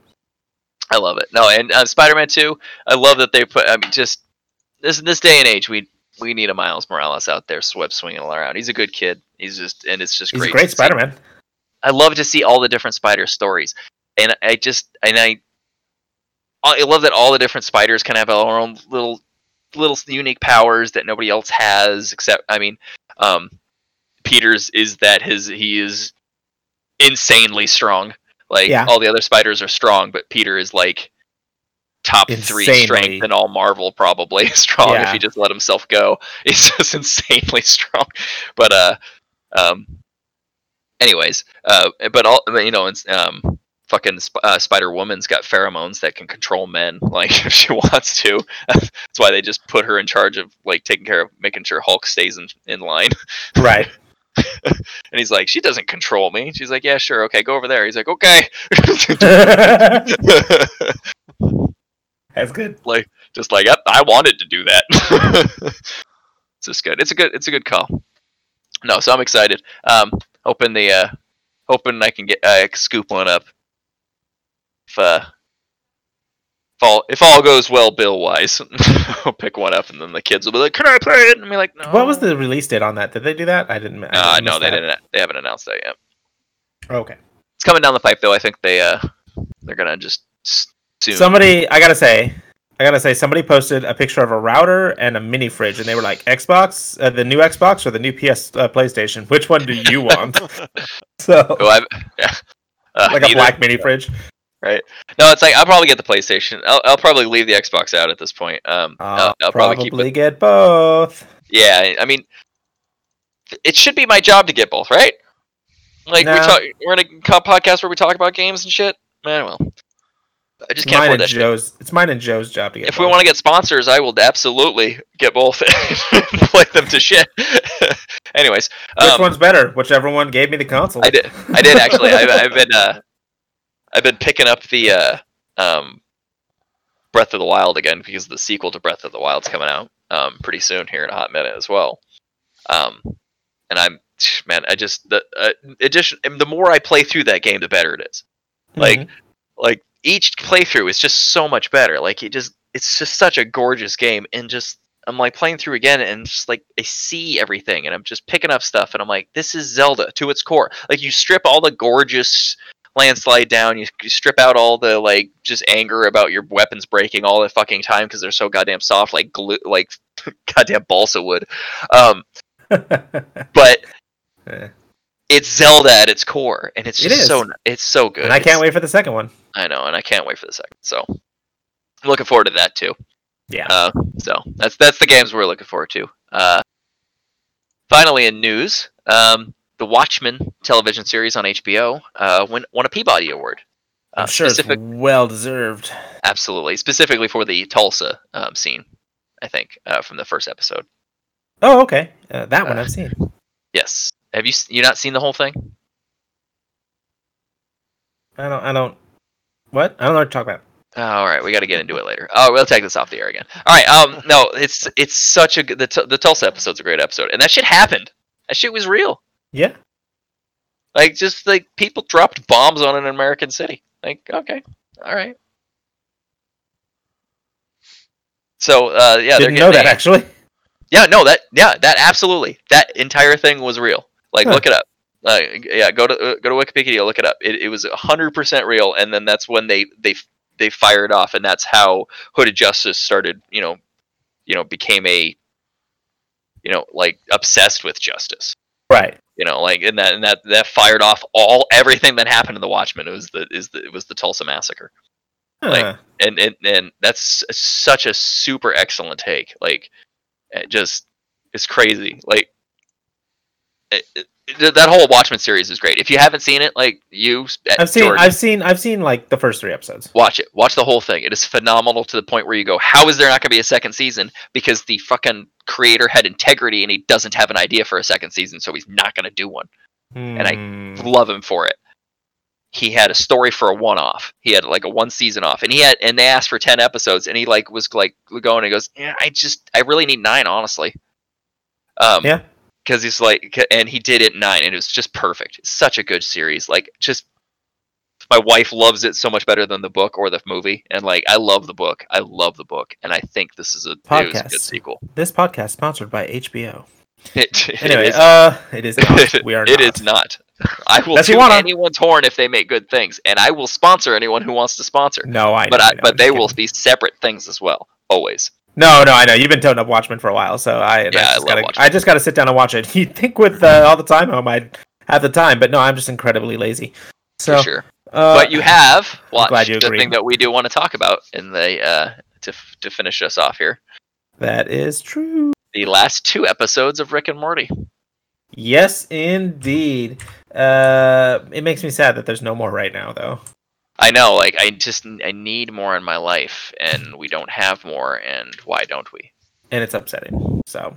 Speaker 1: I love it. No, and uh, Spider-Man Two. I love that they put. I mean, just this this day and age, we we need a Miles Morales out there, swept swinging all around. He's a good kid. He's just, and it's just
Speaker 2: He's
Speaker 1: great.
Speaker 2: a great
Speaker 1: to see.
Speaker 2: Spider-Man.
Speaker 1: I love to see all the different spider stories, and I just and I I love that all the different spiders kind of have their own little little unique powers that nobody else has. Except, I mean, um, Peter's is that his he is insanely strong. Like
Speaker 2: Yeah.
Speaker 1: all the other spiders are strong, but Peter is like top three
Speaker 2: Insanely.
Speaker 1: strength in all Marvel probably strong if
Speaker 2: Yeah.
Speaker 1: he just let himself go. He's just insanely strong. But uh um anyways, uh but all you know, it's um fucking Sp- uh, Spider Woman's got pheromones that can control men like if she wants to. That's why they just put her in charge of like taking care of making sure Hulk stays in, in line.
Speaker 2: Right.
Speaker 1: And he's like, "She doesn't control me." She's like, "Yeah, sure. Okay, go over there." He's like, "Okay."
Speaker 2: That's good.
Speaker 1: just like yep, I wanted to do that. it's just good. It's a good. It's a good call. No, so I'm excited. Um, hoping the uh, hoping I can get uh, scoop one up. If uh, if all if all goes well, bill wise, I'll pick one up, and then the kids will be like, "Can I play it?" And be like, "No."
Speaker 2: What was the release date on that? Did they do that? I didn't. I
Speaker 1: Uh,
Speaker 2: didn't
Speaker 1: no,
Speaker 2: miss
Speaker 1: they
Speaker 2: that.
Speaker 1: didn't. They haven't announced that yet.
Speaker 2: Okay.
Speaker 1: It's coming down the pipe, though. I think they uh, they're gonna just s- soon.
Speaker 2: Somebody, I gotta say, I gotta say, somebody posted a picture of a router and a mini fridge, and they were like, "Xbox, uh, the new Xbox or the new PS uh, PlayStation? Which one do you want?" so,
Speaker 1: Oh, I've, yeah. Uh,
Speaker 2: like a
Speaker 1: neither.
Speaker 2: black mini fridge.
Speaker 1: No, it's like I'll probably get the PlayStation. I'll, I'll probably leave the Xbox out at this point. Um,
Speaker 2: I'll
Speaker 1: I'll, I'll
Speaker 2: Uh, probably,
Speaker 1: probably keep it.
Speaker 2: get both.
Speaker 1: Yeah, I- I mean, it should be my job to get both, right? Like we
Speaker 2: No.
Speaker 1: talk, we're in a co- podcast where we talk about games and shit. Man, well, I just
Speaker 2: It's
Speaker 1: can't
Speaker 2: mine
Speaker 1: afford
Speaker 2: and
Speaker 1: that. shit.
Speaker 2: Joe's. It's mine and Joe's job to get.
Speaker 1: If we want to get sponsors, I will absolutely get both and play them to shit. Anyways,
Speaker 2: which
Speaker 1: um,
Speaker 2: one's better? Whichever one gave me the console.
Speaker 1: I did. I did actually. I've, I've been uh, I've been picking up the uh, um, Breath of the Wild again because the sequel to Breath of the Wild's coming out um, pretty soon here in a hot minute as well. Um, and I'm man, I just the uh, addition. And the more I play through that game, the better it is. Like
Speaker 2: Mhm.
Speaker 1: like each playthrough is just so much better. Like it just it's just such a gorgeous game and just I'm like playing through again and just like I see everything and I'm just picking up stuff and I'm like, this is Zelda to its core. Like you strip all the gorgeous landslide down, you, you strip out all the like just anger about your weapons breaking all the fucking time because they're so goddamn soft, like glue, like goddamn balsa wood. Um,
Speaker 2: Mm-hmm.
Speaker 1: but
Speaker 2: Yeah.
Speaker 1: it's Zelda at its core, and it's
Speaker 2: It
Speaker 1: just
Speaker 2: is.
Speaker 1: so it's so good.
Speaker 2: and I
Speaker 1: It's-
Speaker 2: can't wait for the second one.
Speaker 1: I know, and I can't wait for the second. So I'm looking forward to that too.
Speaker 2: Yeah.
Speaker 1: Uh, so that's that's the games we're looking forward to. Uh, finally, in news, um, the Watchmen television series on HBO uh, won, won a Peabody Award. Uh,
Speaker 2: I'm sure
Speaker 1: specific-
Speaker 2: it's well deserved.
Speaker 1: absolutely, specifically for the Tulsa um, scene, I think, uh, from the first episode.
Speaker 2: Oh, okay. Uh, that one
Speaker 1: Uh,
Speaker 2: I've seen.
Speaker 1: Yes. Have you s- you not seen the whole thing?
Speaker 2: I don't. I don't. What? I don't know what to talk about.
Speaker 1: Oh, All right, we got to get into it later. Oh, we'll take this off the air again. All right, um, no, it's it's such a good- the Tu- the Tulsa episode's a great episode, and that shit happened. That shit was real.
Speaker 2: Yeah.
Speaker 1: Like just like people dropped bombs on an American city. Like okay, all right. So uh, yeah, they're
Speaker 2: Didn't know
Speaker 1: getting
Speaker 2: that
Speaker 1: a-
Speaker 2: actually.
Speaker 1: yeah, no, that yeah, that absolutely that entire thing was real. Like
Speaker 2: Huh.
Speaker 1: look it up. Uh, yeah, go to uh, go to Wikipedia, look it up. It, it was hundred percent real, and then that's when they they they fired off, and that's how Hooded Justice started. You know, you know, became a you know like obsessed with justice.
Speaker 2: Right.
Speaker 1: You know, like and that and that that fired off all everything that happened to the Watchmen. It was the is the it was the Tulsa massacre Like,
Speaker 2: Huh.
Speaker 1: and and and that's such a super excellent take. Like, it just it's crazy. Like, it, it- th- that whole Watchmen series is great. If you haven't seen it, like you, uh,
Speaker 2: I've seen.
Speaker 1: Jordan,
Speaker 2: I've seen. I've seen like the first three episodes.
Speaker 1: watch it. Watch the whole thing. It is phenomenal to the point where you go, "How is there not going to be a second season?" Because the fucking creator had integrity and he doesn't have an idea for a second season, so he's not going to do one I-
Speaker 2: Hmm.
Speaker 1: Mm-hmm. love him for it. He had a story for a one off. He had like a one season off, and he had and they asked for ten episodes, and he like was like going and goes, yeah, I just I really need nine, honestly. Um,
Speaker 2: Yeah.
Speaker 1: because he's like, c- and he did it in nine, and it was just perfect. It's such a good series. Like, just my wife loves it so much better than the book or the movie, and like I love the book. I love the book, and I think this is a, it was a
Speaker 2: Podcast.
Speaker 1: good sequel.
Speaker 2: This podcast sponsored by HBO.
Speaker 1: It, it
Speaker 2: Anyway,
Speaker 1: is-
Speaker 2: uh, it is. Not. We are.
Speaker 1: It
Speaker 2: not.
Speaker 1: is not. I will
Speaker 2: That's
Speaker 1: toot
Speaker 2: Iwana.
Speaker 1: anyone's horn if they make good things, and I will sponsor anyone who wants to sponsor.
Speaker 2: No, I.
Speaker 1: but
Speaker 2: know,
Speaker 1: I,
Speaker 2: know,
Speaker 1: but
Speaker 2: I'm
Speaker 1: they
Speaker 2: just
Speaker 1: will
Speaker 2: kidding.
Speaker 1: be separate things as well, always.
Speaker 2: No, no, I know. You've been toting up Watchmen for a while, so I. I
Speaker 1: Yeah, I
Speaker 2: just
Speaker 1: love
Speaker 2: gotta,
Speaker 1: Watchmen.
Speaker 2: I just got to sit down and watch it. You'd think with uh, all the time home, I'd have the time, but no, I'm just incredibly lazy. So,
Speaker 1: for sure.
Speaker 2: uh,
Speaker 1: but you have watched
Speaker 2: glad you
Speaker 1: the
Speaker 2: agree.
Speaker 1: thing that we do want to talk about in the uh, to f- to finish us off here.
Speaker 2: that is true.
Speaker 1: The last two episodes of Rick and Morty.
Speaker 2: Yes, indeed. Uh, it makes me sad that there's no more right now, though.
Speaker 1: I know, like I just I need more in my life, and we don't have more, and why don't we?
Speaker 2: and it's upsetting. So,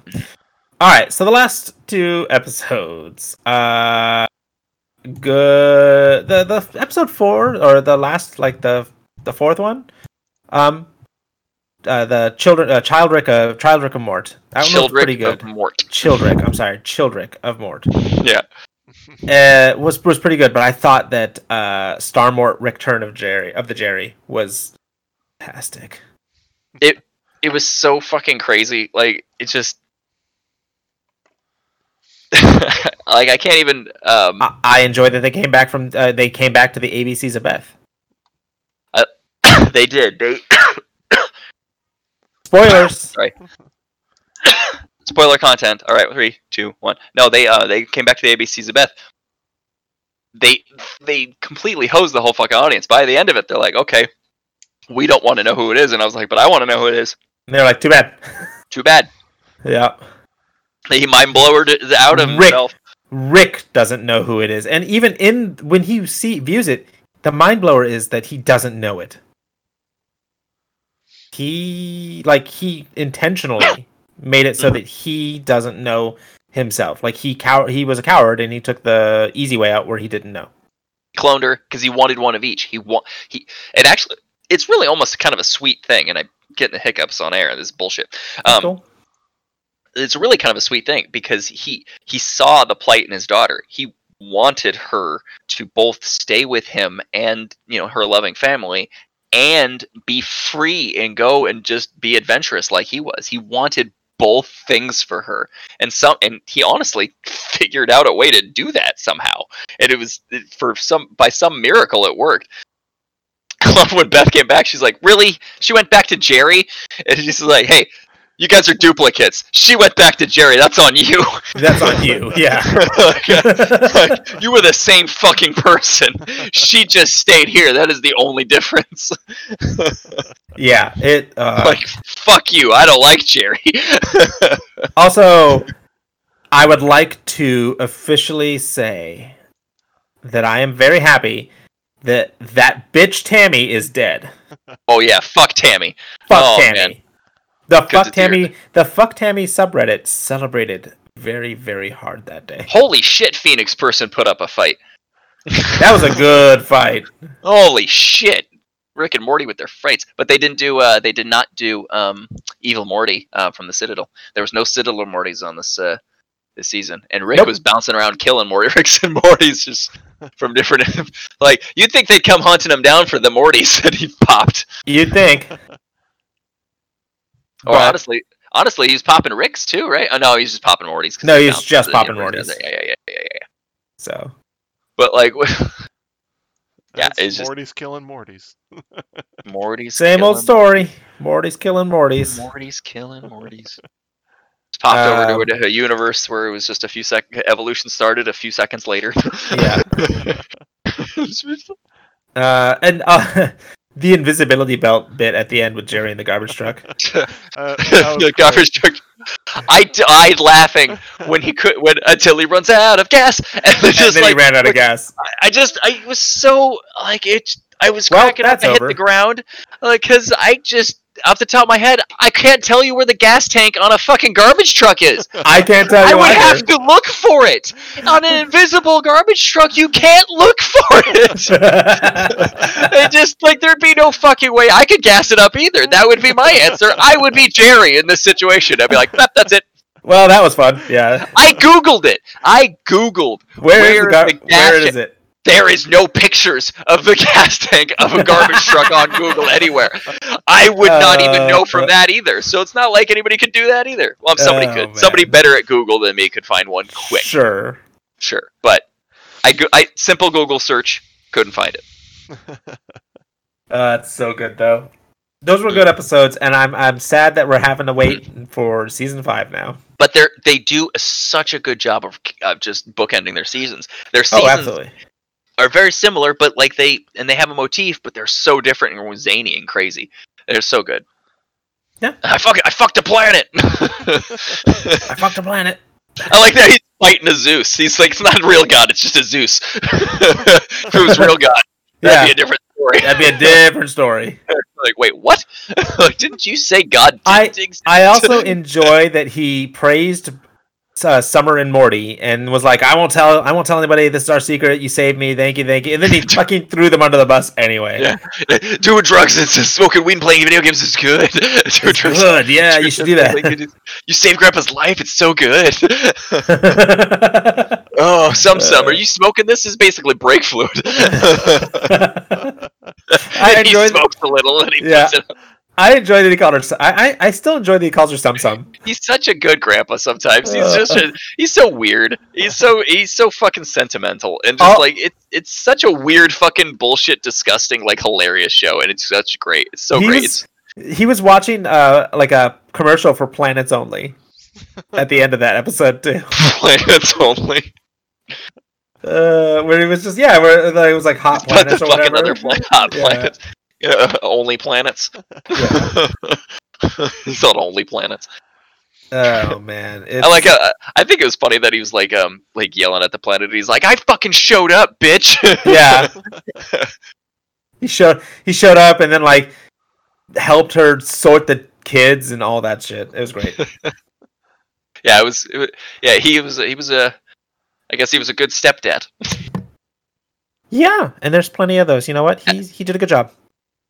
Speaker 2: all right. So the last two episodes, uh, good. The the episode four or the last like the the fourth one, um, uh, the children uh, Childrick uh, Childrick of Mort. That one was
Speaker 1: Children
Speaker 2: pretty good.
Speaker 1: of Mort.
Speaker 2: Childrick, I'm sorry, Childrick of Mort
Speaker 1: Yeah,
Speaker 2: uh, was was pretty good, but I thought that uh, Starmort Return of Jerry of the Jerry was fantastic.
Speaker 1: it was so fucking crazy. Like it just like I can't even um
Speaker 2: I, I enjoyed that they came back from uh, they came back to the ABCs of Beth.
Speaker 1: they did. They
Speaker 2: Spoilers.
Speaker 1: spoiler content. All right, three, two, one. No, they uh they came back to the ABCs of Beth. They they completely hosed the whole fucking audience. By the end of it, they're like, okay, we don't want to know who it is, and I was like, but I want to know who it is.
Speaker 2: And they're like, too bad.
Speaker 1: Too bad.
Speaker 2: yeah.
Speaker 1: He mind blowered it out of
Speaker 2: Rick.
Speaker 1: himself.
Speaker 2: Rick doesn't know who it is. And even in when he see views it, the mind blower is that he doesn't know it. He like he intentionally made it so that he doesn't know himself. Like he cow- he was a coward and he took the easy way out where he didn't know.
Speaker 1: cloned her because he wanted one of each. He want he. It actually, it's really almost kind of a sweet thing, and I'm getting the hiccups on air. This is bullshit. Um,
Speaker 2: Cool.
Speaker 1: it's really kind of a sweet thing because he he saw the plight in his daughter. He wanted her to both stay with him and you know her loving family and be free and go and just be adventurous like he was. He wanted both things for her and some and he honestly figured out a way to do that somehow and it was it- for some by some miracle it worked I love when Beth came back. She's like, "Really?" She went back to Jerry, and she's like, "Hey, you guys are duplicates." She went back to Jerry. That's on you.
Speaker 2: That's on you. Yeah.
Speaker 1: Like, you were the same fucking person. She just stayed here. That is the only difference.
Speaker 2: yeah. It uh,
Speaker 1: like, fuck you. I don't like Jerry.
Speaker 2: Also, I would like to officially say that I am very happy that that bitch Tammy is dead.
Speaker 1: oh yeah, fuck Tammy.
Speaker 2: Fuck
Speaker 1: Oh,
Speaker 2: Tammy.
Speaker 1: man.
Speaker 2: The
Speaker 1: Good
Speaker 2: fuck
Speaker 1: to hear
Speaker 2: Tammy. The fuck Tammy subreddit celebrated very very hard that day.
Speaker 1: Holy shit, Phoenix person put up a fight.
Speaker 2: That was a good fight.
Speaker 1: Holy shit. Rick and Morty with their fights, but they didn't do. Uh, they did not do um, Evil Morty uh, from the Citadel. There was no Citadel Mortys on this uh, this season, and Rick
Speaker 2: Nope.
Speaker 1: was bouncing around killing Morty Ricks and Mortys just from different. like you'd think they'd come hunting him down for the Mortys that he popped.
Speaker 2: You'd think.
Speaker 1: Or
Speaker 2: But-
Speaker 1: honestly, honestly, he's popping Ricks too, right? Oh no, he's just popping Mortys. 'cause
Speaker 2: No,
Speaker 1: they
Speaker 2: he's
Speaker 1: bounced
Speaker 2: just
Speaker 1: it
Speaker 2: popping
Speaker 1: every
Speaker 2: Mortys.
Speaker 1: other- Yeah, yeah, yeah, yeah, yeah, yeah.
Speaker 2: So
Speaker 1: But like Yeah,
Speaker 3: That's
Speaker 1: it's just-
Speaker 3: Morty's killing Morty's.
Speaker 1: Morty's
Speaker 2: same old
Speaker 1: killing-
Speaker 2: story. Morty's killing Morty's.
Speaker 1: Morty's killing Morty's. Just popped over
Speaker 2: Um,
Speaker 1: to a- to a universe where it was just a few seconds. Evolution started a few seconds later.
Speaker 2: Yeah. Uh, and uh, the invisibility belt bit at the end with Jerry in the garbage truck.
Speaker 3: Uh, that was
Speaker 1: the garbage truck. I died laughing when he could when until he runs out of gas, and, it's
Speaker 2: and
Speaker 1: just
Speaker 2: then
Speaker 1: like
Speaker 2: he ran out of
Speaker 1: like,
Speaker 2: gas.
Speaker 1: I just I was so like it. I was
Speaker 2: Well,
Speaker 1: cracking up.
Speaker 2: that's
Speaker 1: I hit
Speaker 2: over.
Speaker 1: the ground, like because I just off the top of my head, I can't tell you where the gas tank on a fucking garbage truck is.
Speaker 2: I can't tell
Speaker 1: I
Speaker 2: you
Speaker 1: would
Speaker 2: either.
Speaker 1: have to look for it on an invisible garbage truck. You can't look for it. it just like there'd be no fucking way I could gas it up either. That would be my answer. I would be Jerry in this situation. I'd be like, "Yep, that's it.
Speaker 2: well, that was fun. Yeah.
Speaker 1: I googled it. I googled.
Speaker 2: Where is the,
Speaker 1: Where's
Speaker 2: gar-
Speaker 1: the gas
Speaker 2: where
Speaker 1: can-
Speaker 2: is it?
Speaker 1: There is no pictures of the gas tank of a garbage truck on Google anywhere. I would not even know
Speaker 2: Uh,
Speaker 1: from that either. So it's not like anybody could do that either. Well, somebody
Speaker 2: Oh,
Speaker 1: could.
Speaker 2: man.
Speaker 1: Somebody better at Google than me could find one quick.
Speaker 2: Sure.
Speaker 1: sure but I, go- I simple google search couldn't find it
Speaker 2: Uh, it's so good though. Those were good episodes, and I'm I'm sad that we're having to wait for season five now.
Speaker 1: but they are they do a, such a good job of, of just bookending their seasons their
Speaker 2: Oh,
Speaker 1: seasons
Speaker 2: absolutely.
Speaker 1: are very similar but like they and they have a motif but they're so different and zany and crazy they're so good
Speaker 2: Yeah.
Speaker 1: I fuck I fucked a planet.
Speaker 2: I fucked a planet.
Speaker 1: I like that he's fighting a Zeus. He's like, it's not real God, it's just a Zeus. if it was real God, that'd
Speaker 2: Yeah,
Speaker 1: be a different story.
Speaker 2: that'd be a different story.
Speaker 1: like, wait, what? like, didn't you say God didn't
Speaker 2: I-
Speaker 1: exist?
Speaker 2: I also enjoy that he praised uh, Summer and Morty and was like, "I won't tell, I won't tell anybody. This is our secret. You saved me. Thank you, thank you." And then he fucking threw them under the bus anyway.
Speaker 1: Yeah. doing drugs and smoking weed and playing video games is good. Doing
Speaker 2: It's
Speaker 1: drugs-
Speaker 2: good. Yeah, you should do that.
Speaker 1: Like, you saved Grandpa's life. It's so good.
Speaker 2: oh,
Speaker 1: oh, some some.
Speaker 2: Uh.
Speaker 1: Are you smoking this? Is basically brake fluid.
Speaker 2: I
Speaker 1: he
Speaker 2: enjoyed.
Speaker 1: smokes a little and he
Speaker 2: Yeah.
Speaker 1: puts it. up.
Speaker 2: I enjoy that he called her. su- I, I I still enjoy that he calls her Sum Sum.
Speaker 1: He's such a good grandpa. Sometimes he's just a, he's so weird. He's so he's so fucking sentimental and just
Speaker 2: Oh.
Speaker 1: like it's it's such a weird fucking bullshit, disgusting, like hilarious show, and it's such great. It's so
Speaker 2: He
Speaker 1: Oh, great.
Speaker 2: was- He was watching uh like a commercial for Planets Only at the end of that episode too,
Speaker 1: It's planets only.
Speaker 2: uh, where he was just yeah, where like, it was like hot
Speaker 1: But the
Speaker 2: planets or
Speaker 1: fucking
Speaker 2: whatever.
Speaker 1: other uh, planet, hot
Speaker 2: Yeah.
Speaker 1: planets. Yeah, only planets. He's on only planets.
Speaker 2: Oh man, it's,
Speaker 1: I like. Uh, I think it was funny that he was like, um, like yelling at the planet. He's like, "I fucking showed up, bitch."
Speaker 2: yeah. he showed he showed up and then like helped her sort the kids and all that shit. It was great.
Speaker 1: yeah, it was, it was. Yeah, he was. He was a. I guess he was a good stepdad.
Speaker 2: yeah, and there's plenty of those. You know what? He he did a good job.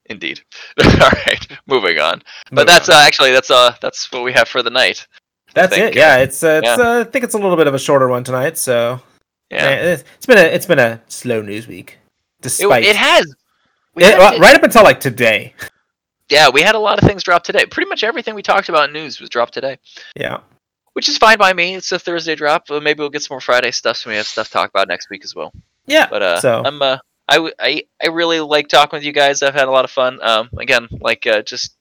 Speaker 1: Indeed. All right, moving on. But
Speaker 2: Moving
Speaker 1: that's
Speaker 2: on.
Speaker 1: uh, actually that's uh that's what we have for the night.
Speaker 2: that's
Speaker 1: think,
Speaker 2: it. Yeah, it's, uh, it's
Speaker 1: yeah.
Speaker 2: Uh, I think it's a little bit of a shorter one tonight. So
Speaker 1: Yeah,
Speaker 2: eh, it's- it's been a it's been a slow news week.
Speaker 1: it,
Speaker 2: Despite
Speaker 1: it has. we
Speaker 2: Eh,
Speaker 1: had
Speaker 2: well,
Speaker 1: to-
Speaker 2: right up until like today.
Speaker 1: yeah, we had a lot of things drop today. Pretty much everything we talked about in news was dropped today,
Speaker 2: Yeah.
Speaker 1: which is fine by me. It's a Thursday drop. Uh, Maybe we'll get some more Friday stuff, so we have stuff to talk about next week as well.
Speaker 2: Yeah.
Speaker 1: But uh,
Speaker 2: so
Speaker 1: I'm uh, I, w- I I really like talking with you guys. I've had a lot of fun. Um, again, like uh, just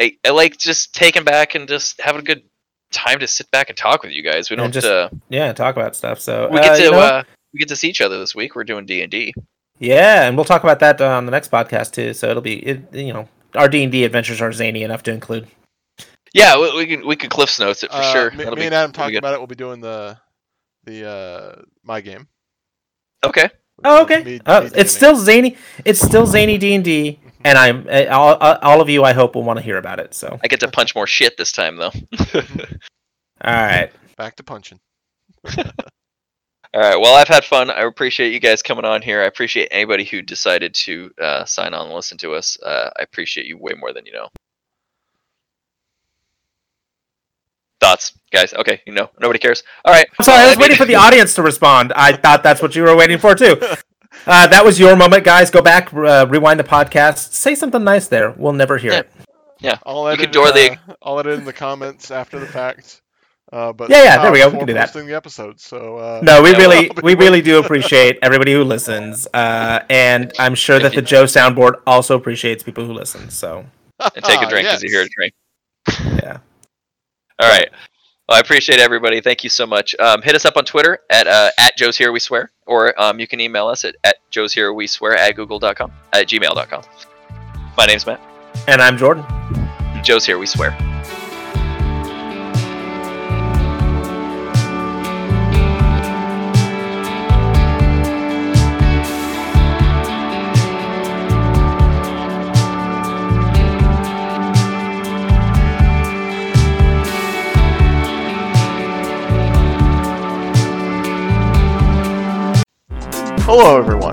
Speaker 1: I, I like just taking back and just having a good time to sit back and talk with you guys. We
Speaker 2: And
Speaker 1: don't
Speaker 2: just-
Speaker 1: uh,
Speaker 2: yeah, talk about stuff. So
Speaker 1: we
Speaker 2: uh,
Speaker 1: get to
Speaker 2: you know what?
Speaker 1: uh, we get to see each other this week. We're doing D and D.
Speaker 2: yeah, and we'll talk about that uh, on the next podcast too. So it'll be it, you know our D and D adventures are zany enough to include.
Speaker 1: Yeah, we, we can we can cliffs notes it for
Speaker 3: Uh,
Speaker 1: sure.
Speaker 3: Me,
Speaker 1: That'll
Speaker 3: me
Speaker 1: be-
Speaker 3: and
Speaker 1: that'll
Speaker 3: Adam
Speaker 1: be
Speaker 3: talking
Speaker 1: good.
Speaker 3: about it. We'll be doing the the uh, my game.
Speaker 1: okay.
Speaker 2: Oh, okay.
Speaker 3: Me-
Speaker 2: Uh,
Speaker 3: me
Speaker 2: it's
Speaker 3: DMing.
Speaker 2: still zany. It's still zany D and D, and I'm uh, all, uh, all of you. I hope will want to hear about it. So all
Speaker 1: I get to punch more shit this time though.
Speaker 2: right,
Speaker 3: back to punching.
Speaker 1: All right. Well, I've had fun. I appreciate you guys coming on here. I appreciate anybody who decided to uh, sign on and listen to us. Uh, I appreciate you way more than you know. Thoughts, guys? Okay, you know, nobody cares. All right.
Speaker 2: I'm sorry. I
Speaker 1: Well,
Speaker 2: was waiting
Speaker 1: mean-
Speaker 2: for the audience to respond. I thought that's what you were waiting for too. Uh, that was your moment, guys. Go back, uh, rewind the podcast, say something nice there. We'll never hear
Speaker 1: Yeah.
Speaker 2: it.
Speaker 3: I'll
Speaker 1: You
Speaker 3: edit.
Speaker 1: could door
Speaker 3: uh,
Speaker 1: the-
Speaker 3: I'll edit in the comments after the fact. Uh, but
Speaker 2: Yeah, yeah,
Speaker 3: somehow
Speaker 2: there we go, we
Speaker 3: before
Speaker 2: can do that.
Speaker 3: Posting the episode. So uh,
Speaker 2: No, we
Speaker 1: Yeah,
Speaker 2: really,
Speaker 3: well,
Speaker 2: we really do appreciate everybody who listens, uh, and I'm sure that the Joe soundboard also appreciates people who listen. So
Speaker 1: And take a drink because you hear a
Speaker 3: Oh, yes.
Speaker 1: drink.
Speaker 2: yeah,
Speaker 1: All right. Well, I appreciate everybody. Thank you so much. Um, hit us up on Twitter at uh, at Joe's Here We Swear, or um, you can email us at, at Joe's Here We Swear at google.com, at gmail.com. My name's Matt.
Speaker 2: and I'm Jordan.
Speaker 1: Joe's Here We Swear.
Speaker 3: Hello, everyone.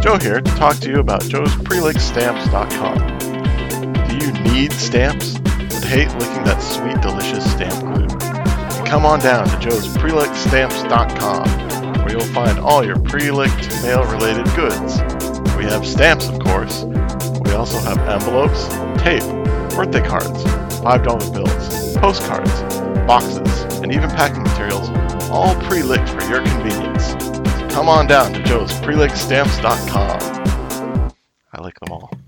Speaker 3: Joe here to talk to you about Joe's PreLickStamps.com. Do you need stamps? But hate licking that sweet, delicious stamp glue? Then come on down to Joe's PreLickStamps.com, where you'll find all your pre-licked mail-related goods. We have stamps, of course. We also have envelopes, tape, birthday cards, $5 bills, postcards, boxes, and even packing materials, all pre-licked for your convenience. Come on down to Joe's PreLickStamps.com. I like them all.